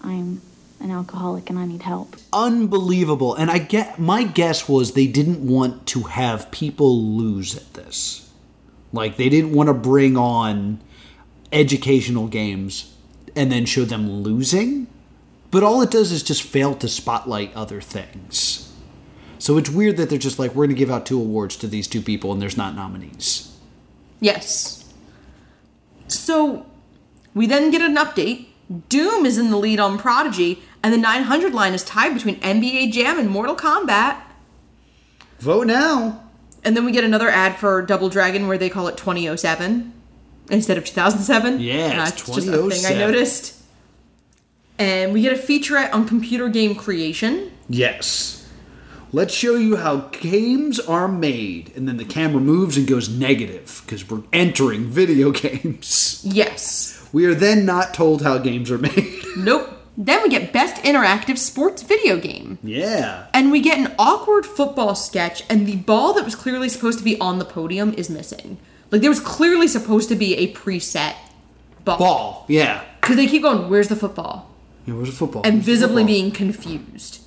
Speaker 10: I'm an alcoholic and I need help."
Speaker 1: unbelievable. And I get my guess was they didn't want to have people lose at this. Like they didn't want to bring on educational games and then show them losing. But all it does is just fail to spotlight other things. So it's weird that they're just like, we're going to give out two awards to these two people and there's not nominees.
Speaker 2: Yes. So we then get an update. Doom is in the lead on Prodigy, and the 900 line is tied between NBA Jam and Mortal Kombat.
Speaker 1: Vote now.
Speaker 2: And then we get another ad for Double Dragon where they call it 2007 instead of 2007.
Speaker 1: Yeah,
Speaker 2: Uh,
Speaker 1: it's
Speaker 2: just a thing
Speaker 1: 2007.
Speaker 2: I noticed. And we get a featurette on computer game creation.
Speaker 1: Yes. Let's show you how games are made. And then the camera moves and goes negative because we're entering video games.
Speaker 2: Yes.
Speaker 1: We are then not told how games are made.
Speaker 2: Nope. Then we get best interactive sports video game.
Speaker 1: yeah.
Speaker 2: And we get an awkward football sketch, and the ball that was clearly supposed to be on the podium is missing. Like, there was clearly supposed to be a preset ball.
Speaker 1: Ball. Yeah.
Speaker 2: Because they keep going, where's the football?
Speaker 1: Yeah, where's the football?
Speaker 2: and
Speaker 1: Where's the
Speaker 2: visibly
Speaker 1: football?
Speaker 2: being confused.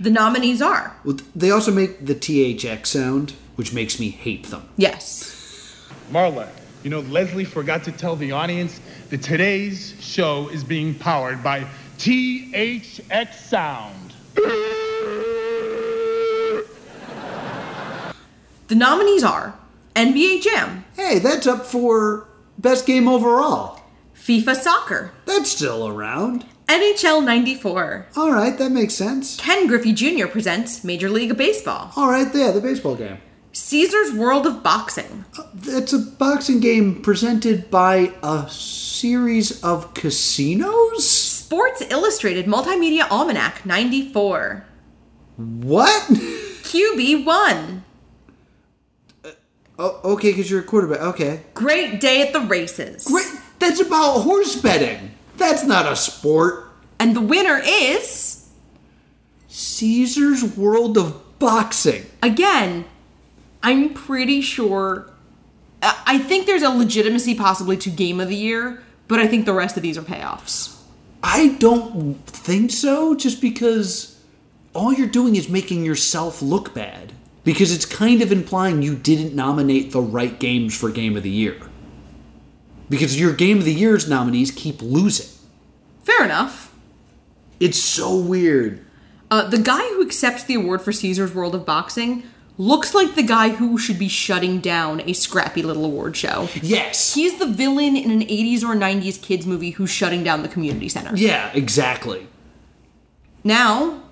Speaker 2: The nominees are
Speaker 1: Well, th- They also make the THX sound, which makes me hate them.
Speaker 2: yes,
Speaker 11: Marla, you know, Leslie forgot to tell the audience that today's show is being powered by THX Sound.
Speaker 2: the nominees are NBA Jam,
Speaker 1: Hey, that's up for best game overall.
Speaker 2: FIFA Soccer,
Speaker 1: That's still around.
Speaker 2: NHL '94.
Speaker 1: All right, that makes sense.
Speaker 2: Ken Griffey Jr. presents Major League Baseball,
Speaker 1: All right, there, the baseball game.
Speaker 2: Caesar's World of Boxing,
Speaker 1: It's a boxing game presented by a series of casinos?
Speaker 2: Sports Illustrated Multimedia Almanac '94,
Speaker 1: What?
Speaker 2: QB One,
Speaker 1: Oh, okay, because you're a quarterback. Okay.
Speaker 2: Great Day at the Races,
Speaker 1: Wait, that's about horse betting. That's not a sport.
Speaker 2: and the winner is
Speaker 1: Caesar's World of Boxing.
Speaker 2: again. I'm pretty sure. I I think there's a legitimacy possibly to Game of the Year, but I think the rest of these are payoffs.
Speaker 1: I don't think so, just because all you're doing is making yourself look bad. Because it's kind of implying you didn't nominate the right games for Game of the Year. Because your Game of the Year's nominees keep losing.
Speaker 2: Fair enough.
Speaker 1: It's so weird.
Speaker 2: Uh, the guy who accepts the award for Caesar's World of Boxing looks like the guy who should be shutting down a scrappy little award show.
Speaker 1: Yes.
Speaker 2: He's the villain in an 80s or 90s kids movie who's shutting down the community center.
Speaker 1: Yeah, exactly.
Speaker 2: Now,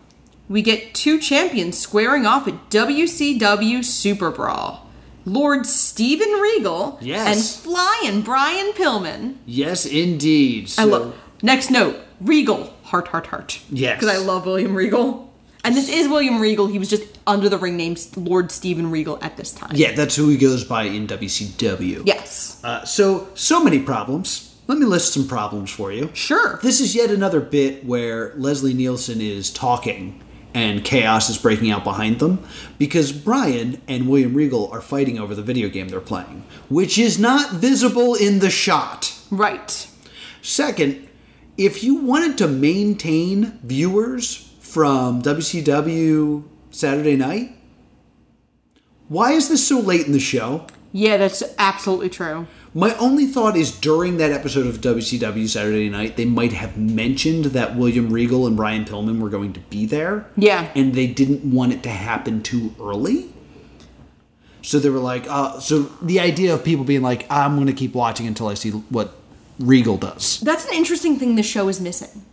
Speaker 2: we get two champions squaring off at WCW Super Brawl. Lord Steven Regal
Speaker 1: Yes.
Speaker 2: and Flying Brian Pillman.
Speaker 1: Yes, indeed.
Speaker 2: I
Speaker 1: So-
Speaker 2: love. Next note: Regal, heart, heart, heart.
Speaker 1: Yes.
Speaker 2: because I love William Regal, and this is William Regal. He was just under the ring name Lord Stephen Regal at this time.
Speaker 1: Yeah, that's who he goes by in WCW.
Speaker 2: Yes.
Speaker 1: Uh, so, so many problems. Let me list some problems for you.
Speaker 2: Sure.
Speaker 1: This is yet another bit where Leslie Nielsen is talking and chaos is breaking out behind them because Brian and William Regal are fighting over the video game they're playing, which is not visible in the shot.
Speaker 2: right.
Speaker 1: Second, if you wanted to maintain viewers from WCW Saturday night, why is this so late in the show?
Speaker 2: Yeah, that's absolutely true.
Speaker 1: My only thought is during that episode of WCW Saturday Night, they might have mentioned that William Regal and Brian Pillman were going to be there.
Speaker 2: Yeah.
Speaker 1: And they didn't want it to happen too early. So they were like, uh, so the idea of people being like, I'm going to keep watching until I see what Regal does.
Speaker 2: That's an interesting thing this show is missing.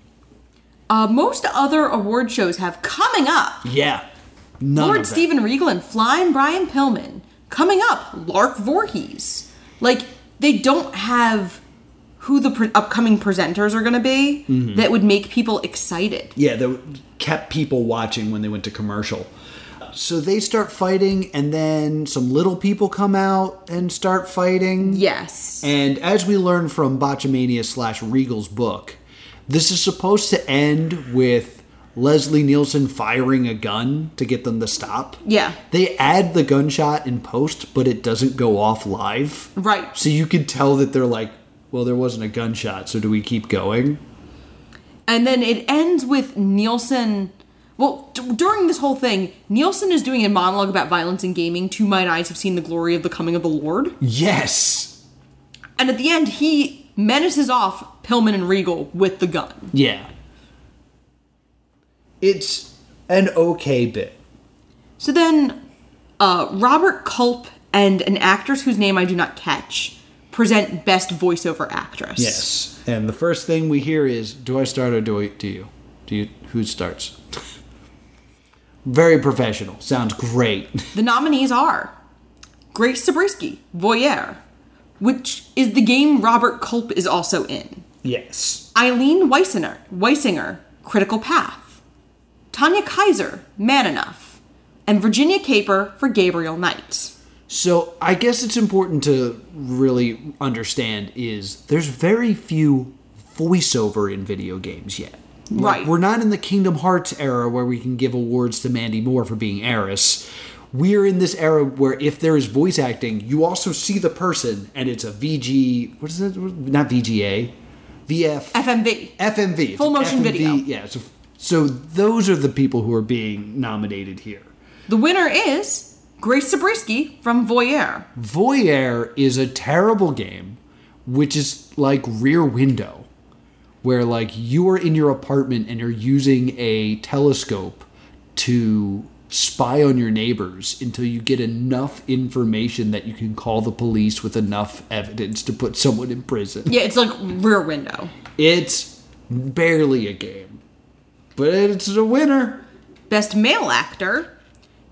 Speaker 2: Uh, most other award shows have coming up
Speaker 1: Yeah. None
Speaker 2: Lord
Speaker 1: of that.
Speaker 2: Steven Regal and Flying Brian Pillman. Coming up, Lark Voorhees. Like, they don't have who the pre- upcoming presenters are going to be
Speaker 1: Mhm.
Speaker 2: that would make people excited.
Speaker 1: Yeah, that kept people watching when they went to commercial. So they start fighting, and then some little people come out and start fighting.
Speaker 2: Yes.
Speaker 1: And as we learn from Botchamania slash Regal's book, this is supposed to end with Leslie Nielsen firing a gun to get them to stop.
Speaker 2: Yeah.
Speaker 1: They add the gunshot in post, but it doesn't go off live.
Speaker 2: Right.
Speaker 1: So you could tell that they're like, well, there wasn't a gunshot, so do we keep going?
Speaker 2: And then it ends with Nielsen. Well, d- during this whole thing, Nielsen is doing a monologue about violence in gaming. To mine eyes have seen the glory of the coming of the Lord.
Speaker 1: Yes.
Speaker 2: And at the end, he menaces off Pillman and Regal with the gun.
Speaker 1: Yeah. It's an okay bit.
Speaker 2: So then, uh, Robert Culp and an actress whose name I do not catch present Best Voiceover Actress.
Speaker 1: Yes. And the first thing we hear is, "Do I start or do I, do you? Do you who starts?" Very professional. Sounds great.
Speaker 2: The nominees are Grace Zabriskie, Voyeur, which is the game Robert Culp is also in.
Speaker 1: Yes.
Speaker 2: Eileen Weisinger, Weisinger, Critical Path. Tanya Kaiser, Man Enough. And Virginia Caper for Gabriel Knight.
Speaker 1: So I guess it's important to really understand is there's very few voiceover in video games yet. Like,
Speaker 2: Right.
Speaker 1: We're not in the Kingdom Hearts era where we can give awards to Mandy Moore for being heiress. We're in this era where if there is voice acting, you also see the person, and it's a VG. What is it? Not VGA. VF.
Speaker 2: FMV.
Speaker 1: FMV. It's
Speaker 2: Full
Speaker 1: an
Speaker 2: motion
Speaker 1: FMV.
Speaker 2: video.
Speaker 1: Yeah. So, so those are the people who are being nominated here.
Speaker 2: The winner is Grace Zabriskie from Voyeur.
Speaker 1: Voyeur is a terrible game, which is like Rear Window, where like you are in your apartment and you're using a telescope to spy on your neighbors until you get enough information that you can call the police with enough evidence to put someone in prison.
Speaker 2: Yeah, it's like Rear Window.
Speaker 1: It's barely a game, but it's a winner.
Speaker 2: Best male actor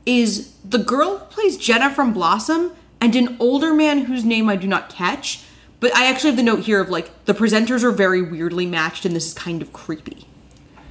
Speaker 2: is the girl who plays Jenna from Blossom and an older man whose name I do not catch. But I actually have the note here of like the presenters are very weirdly matched and this is kind of creepy.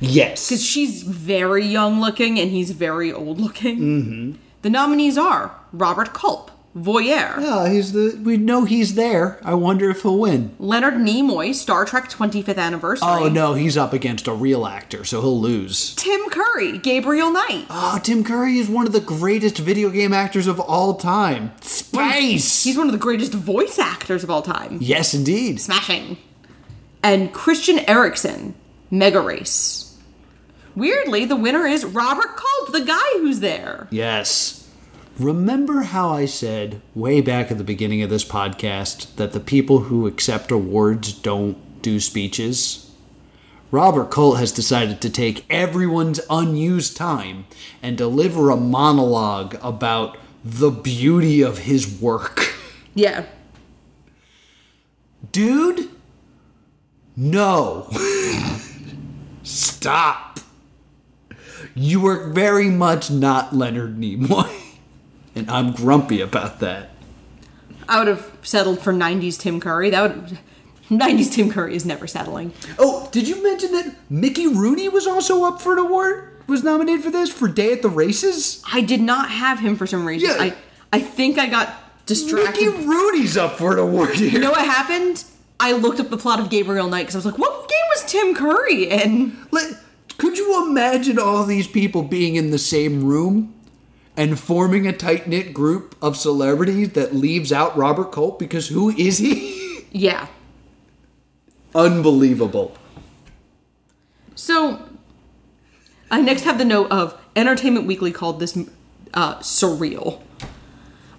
Speaker 1: Yes.
Speaker 2: Because she's very young looking and he's very old looking.
Speaker 1: Mm-hmm.
Speaker 2: The nominees are Robert Culp, Voyeur,
Speaker 1: Yeah, he's the. We know he's there. I wonder if he'll win.
Speaker 2: Leonard Nimoy, Star Trek 25th Anniversary.
Speaker 1: Oh no, he's up against a real actor, so he'll lose.
Speaker 2: Tim Curry, Gabriel Knight.
Speaker 1: Oh, Tim Curry is one of the greatest video game actors of all time. Space.
Speaker 2: He's one of the greatest voice actors of all time.
Speaker 1: Yes, indeed.
Speaker 2: Smashing. And Christian Erickson, Mega Race. Weirdly, the winner is Robert Culp, the guy who's there.
Speaker 1: Yes. Remember how I said way back at the beginning of this podcast that the people who accept awards don't do speeches? Robert Colt has decided to take everyone's unused time and deliver a monologue about the beauty of his work.
Speaker 2: Yeah.
Speaker 1: Dude? No. Stop. You were very much not Leonard Nimoy. And I'm grumpy about that.
Speaker 2: I would have settled for 90s Tim Curry. That would 90s Tim Curry is never settling.
Speaker 1: Oh, did you mention that Mickey Rooney was also up for an award? Was nominated for this for Day at the Races?
Speaker 2: I did not have him for some reason.
Speaker 1: Yeah.
Speaker 2: I I think I got distracted.
Speaker 1: Mickey Rooney's up for an award here.
Speaker 2: You know what happened? I looked up the plot of Gabriel Knight because I was like, what game was Tim Curry in?
Speaker 1: Like, could you imagine all these people being in the same room and forming a tight knit group of celebrities that leaves out Robert Culp because who is he?
Speaker 2: Yeah.
Speaker 1: Unbelievable.
Speaker 2: So, I next have the note of Entertainment Weekly called this uh, surreal.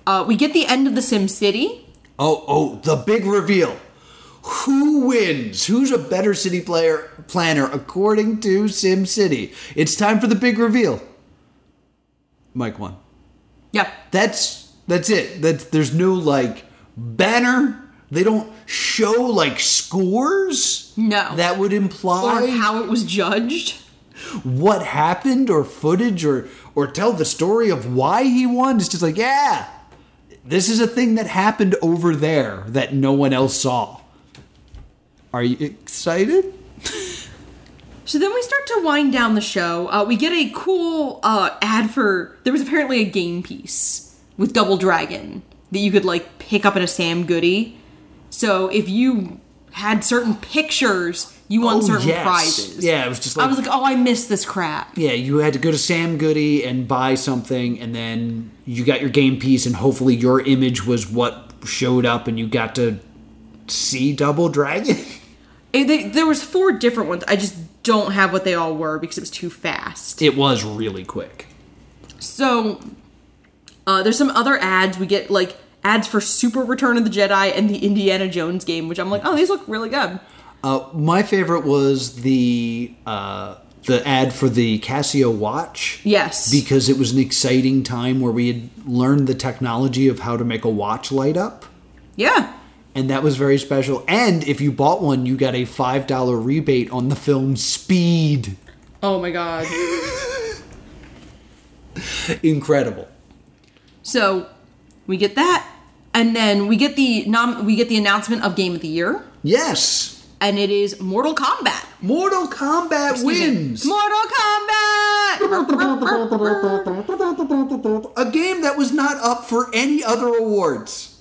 Speaker 2: Uh, we get the end of The Sim City.
Speaker 1: Oh, oh, the big reveal. Who wins? Who's a better city player planner according to SimCity? It's time for the big reveal. Mike won.
Speaker 2: Yeah.
Speaker 1: That's That's it. That's there's no like banner. They don't show like scores.
Speaker 2: No.
Speaker 1: That would imply
Speaker 2: Or how it was judged.
Speaker 1: what happened or footage or or tell the story of why he won. It's just like, yeah, this is a thing that happened over there that no one else saw. Are you excited?
Speaker 2: So then we start to wind down the show. Uh, we get a cool uh, ad for. There was apparently a game piece with Double Dragon that you could like pick up at a Sam Goody. So if you had certain pictures, you won
Speaker 1: Oh,
Speaker 2: certain
Speaker 1: yes.
Speaker 2: prizes.
Speaker 1: Yeah, it was just
Speaker 2: I
Speaker 1: like-
Speaker 2: was like, oh, I missed this crap.
Speaker 1: Yeah, you had to go to Sam Goody and buy something, and then you got your game piece, and hopefully your image was what showed up, and you got to see Double Dragon.
Speaker 2: It- Eh, they- there was four different ones. I just don't have what they all were because it was too fast.
Speaker 1: It was really quick.
Speaker 2: So uh, there's some other ads. We get like ads for Super Return of the Jedi and the Indiana Jones game, which I'm like, oh, these look really good.
Speaker 1: Uh, my favorite was the uh, the ad for the Casio watch.
Speaker 2: Yes.
Speaker 1: because it was an exciting time where we had learned the technology of how to make a watch light up.
Speaker 2: Yeah.
Speaker 1: And that was very special. And if you bought one, you got a $5 rebate on the film Speed.
Speaker 2: Oh my god.
Speaker 1: Incredible.
Speaker 2: so we get that, and then we get the nom- we get the announcement of Game of the Year,
Speaker 1: Yes.
Speaker 2: and it is Mortal Kombat.
Speaker 1: Mortal Kombat wins.
Speaker 2: Mortal Kombat.
Speaker 1: A game that was not up for any other awards.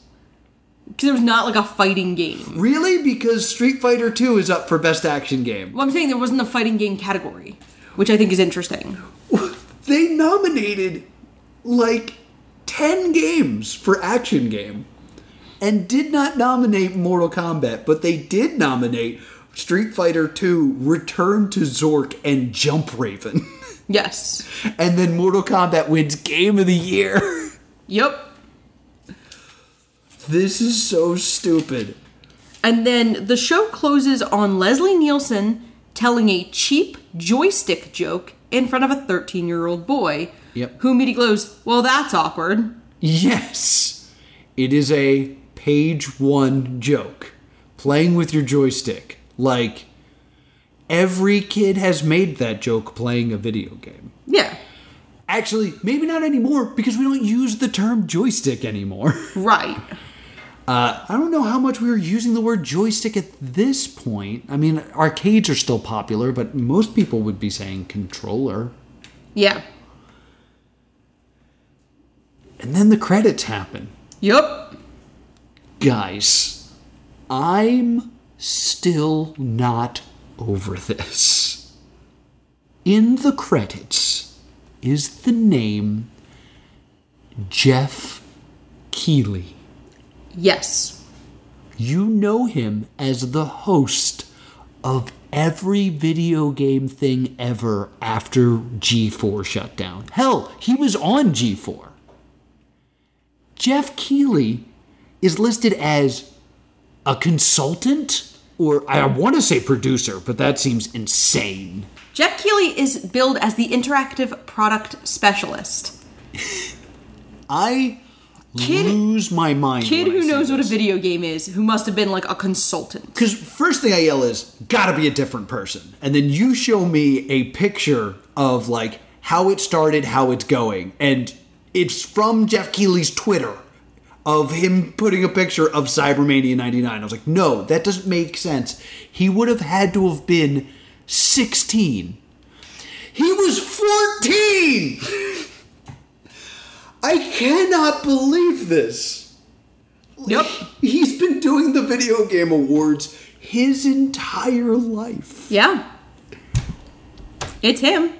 Speaker 2: Because there was not like a fighting game.
Speaker 1: Really? Because Street Fighter 2 is up for Best Action Game.
Speaker 2: Well, I'm saying there wasn't a fighting game category, which I think is interesting.
Speaker 1: They nominated like 10 games for Action Game and did not nominate Mortal Kombat, but they did nominate Street Fighter 2, Return to Zork, and Jump Raven.
Speaker 2: Yes.
Speaker 1: and then Mortal Kombat wins Game of the Year.
Speaker 2: Yep.
Speaker 1: this is so stupid.
Speaker 2: And then the show closes on Leslie Nielsen telling a cheap joystick joke in front of a 13 year old boy,
Speaker 1: Yep.
Speaker 2: who immediately goes, Well, that's awkward.
Speaker 1: Yes. It is a page one joke. Playing with your joystick. Like, every kid has made that joke playing a video game.
Speaker 2: Yeah,
Speaker 1: Actually, maybe not anymore because we don't use the term joystick anymore.
Speaker 2: right.
Speaker 1: Uh, I don't know how much we were using the word joystick at this point. I mean, arcades are still popular, but most people would be saying controller.
Speaker 2: Yeah.
Speaker 1: And then the credits happen.
Speaker 2: Yep.
Speaker 1: Guys, I'm still not over this. In the credits is the name Jeff Keeley.
Speaker 2: Yes.
Speaker 1: You know him as the host of every video game thing ever after G4 shut down. Hell, he was on G4. Jeff Keighley is listed as a consultant, or I want to say producer, but that seems insane.
Speaker 2: Jeff Keighley is billed as the interactive product specialist.
Speaker 1: I
Speaker 2: Kid-
Speaker 1: lose my mind.
Speaker 2: Kid who knows what a video game is, who must have been like a consultant.
Speaker 1: Because first thing I yell is, gotta be a different person. And then you show me a picture of like how it started, how it's going. And it's from Jeff Keighley's Twitter of him putting a picture of Cybermania 99. I was like, no, that doesn't make sense. He would have had to have been 16. He was 14! I cannot believe this.
Speaker 2: Yep.
Speaker 1: He's been doing the video game awards his entire life.
Speaker 2: Yeah. It's him.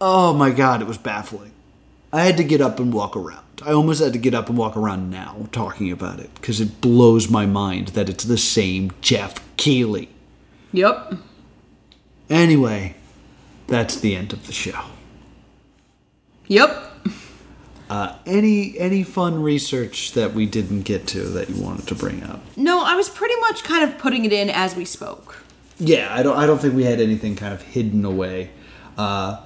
Speaker 1: Oh my god, it was baffling. I had to get up and walk around. I almost had to get up and walk around now talking about it because it blows my mind that it's the same Jeff Keighley.
Speaker 2: Yep.
Speaker 1: Anyway, that's the end of the show.
Speaker 2: Yep.
Speaker 1: Uh, any any fun research that we didn't get to that you wanted to bring up?
Speaker 2: No, I was pretty much kind of putting it in as we spoke.
Speaker 1: Yeah, I don't. I don't think we had anything kind of hidden away. Uh,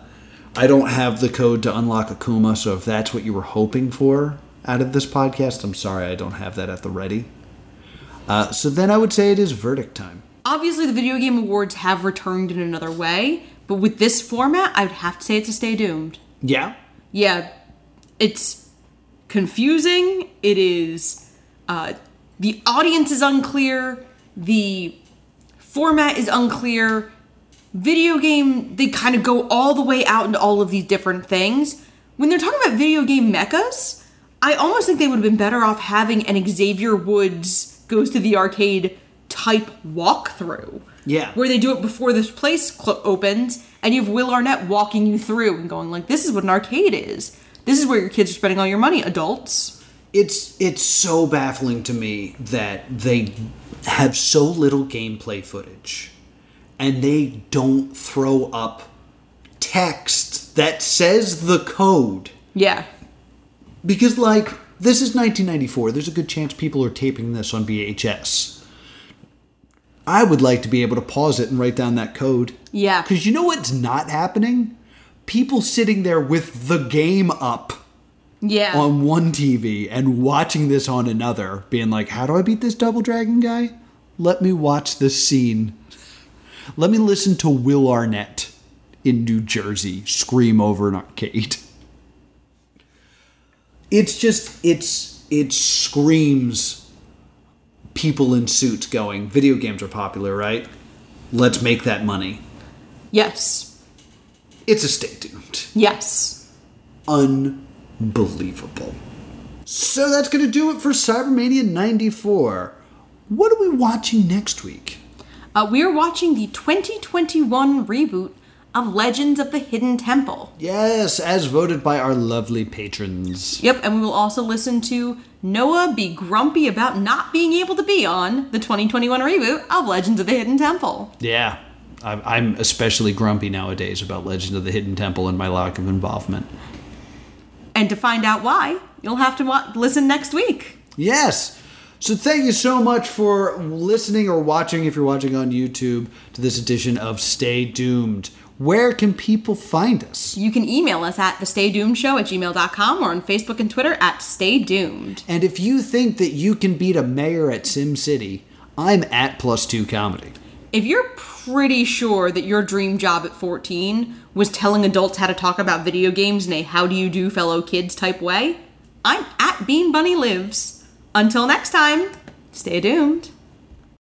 Speaker 1: I don't have the code to unlock Akuma, so if that's what you were hoping for, out of this podcast. I'm sorry I don't have that at the ready. Uh, so then I would say it is verdict time.
Speaker 2: Obviously, the video game awards have returned in another way, but with this format, I would have to say it's a stay doomed.
Speaker 1: Yeah.
Speaker 2: Yeah, it's confusing. It is. Uh, the audience is unclear. The format is unclear. Video game, they kind of go all the way out into all of these different things. When they're talking about video game mechas, I almost think they would have been better off having an Xavier Woods goes to the arcade type walkthrough
Speaker 1: Yeah.
Speaker 2: where they do it before this place cl- opens, and you have Will Arnett walking you through and going like, "This is what an arcade is. This is where your kids are spending all your money, adults."
Speaker 1: It's it's so baffling to me that they have so little gameplay footage and they don't throw up text that says the code.
Speaker 2: Yeah,
Speaker 1: Because, like, this is 1994. There's a good chance people are taping this on VHS. I would like to be able to pause it and write down that code.
Speaker 2: yeah,
Speaker 1: Because you know what's not happening? People sitting there with the game up
Speaker 2: yeah.
Speaker 1: on one TV and watching this on another, being like, how do I beat this double dragon guy? Let me watch this scene. Let me listen to Will Arnett in New Jersey scream over an arcade. It's just, it's, it screams people in suits going, video games are popular, right? Let's make that money.
Speaker 2: yes,
Speaker 1: It's a stay doomed.
Speaker 2: yes.
Speaker 1: Unbelievable. So that's going to do it for Cybermania 94. What are we watching next week?
Speaker 2: Uh, we are watching the 2021 reboot of Legends of the Hidden Temple.
Speaker 1: Yes, as voted by our lovely patrons.
Speaker 2: Yep, and we will also listen to Noah be grumpy about not being able to be on the 2021 reboot of Legends of the Hidden Temple.
Speaker 1: Yeah. I'm- I'm especially grumpy nowadays about Legend of the Hidden Temple and my lack of involvement.
Speaker 2: And to find out why, you'll have to wa- listen next week.
Speaker 1: Yes. So thank you so much for listening or watching, if you're watching on YouTube, to this edition of Stay Doomed. Where can people find us?
Speaker 2: You can email us at thestaydoomshow at gmail.com or on Facebook and Twitter at Stay Doomed.
Speaker 1: And if you think that you can beat a mayor at SimCity, I'm at plus two comedy.
Speaker 2: If you're pretty sure that your dream job at 14 was telling adults how to talk about video games in a how do you do fellow kids type way, I'm at Bean Bunny Lives. Until next time, stay doomed.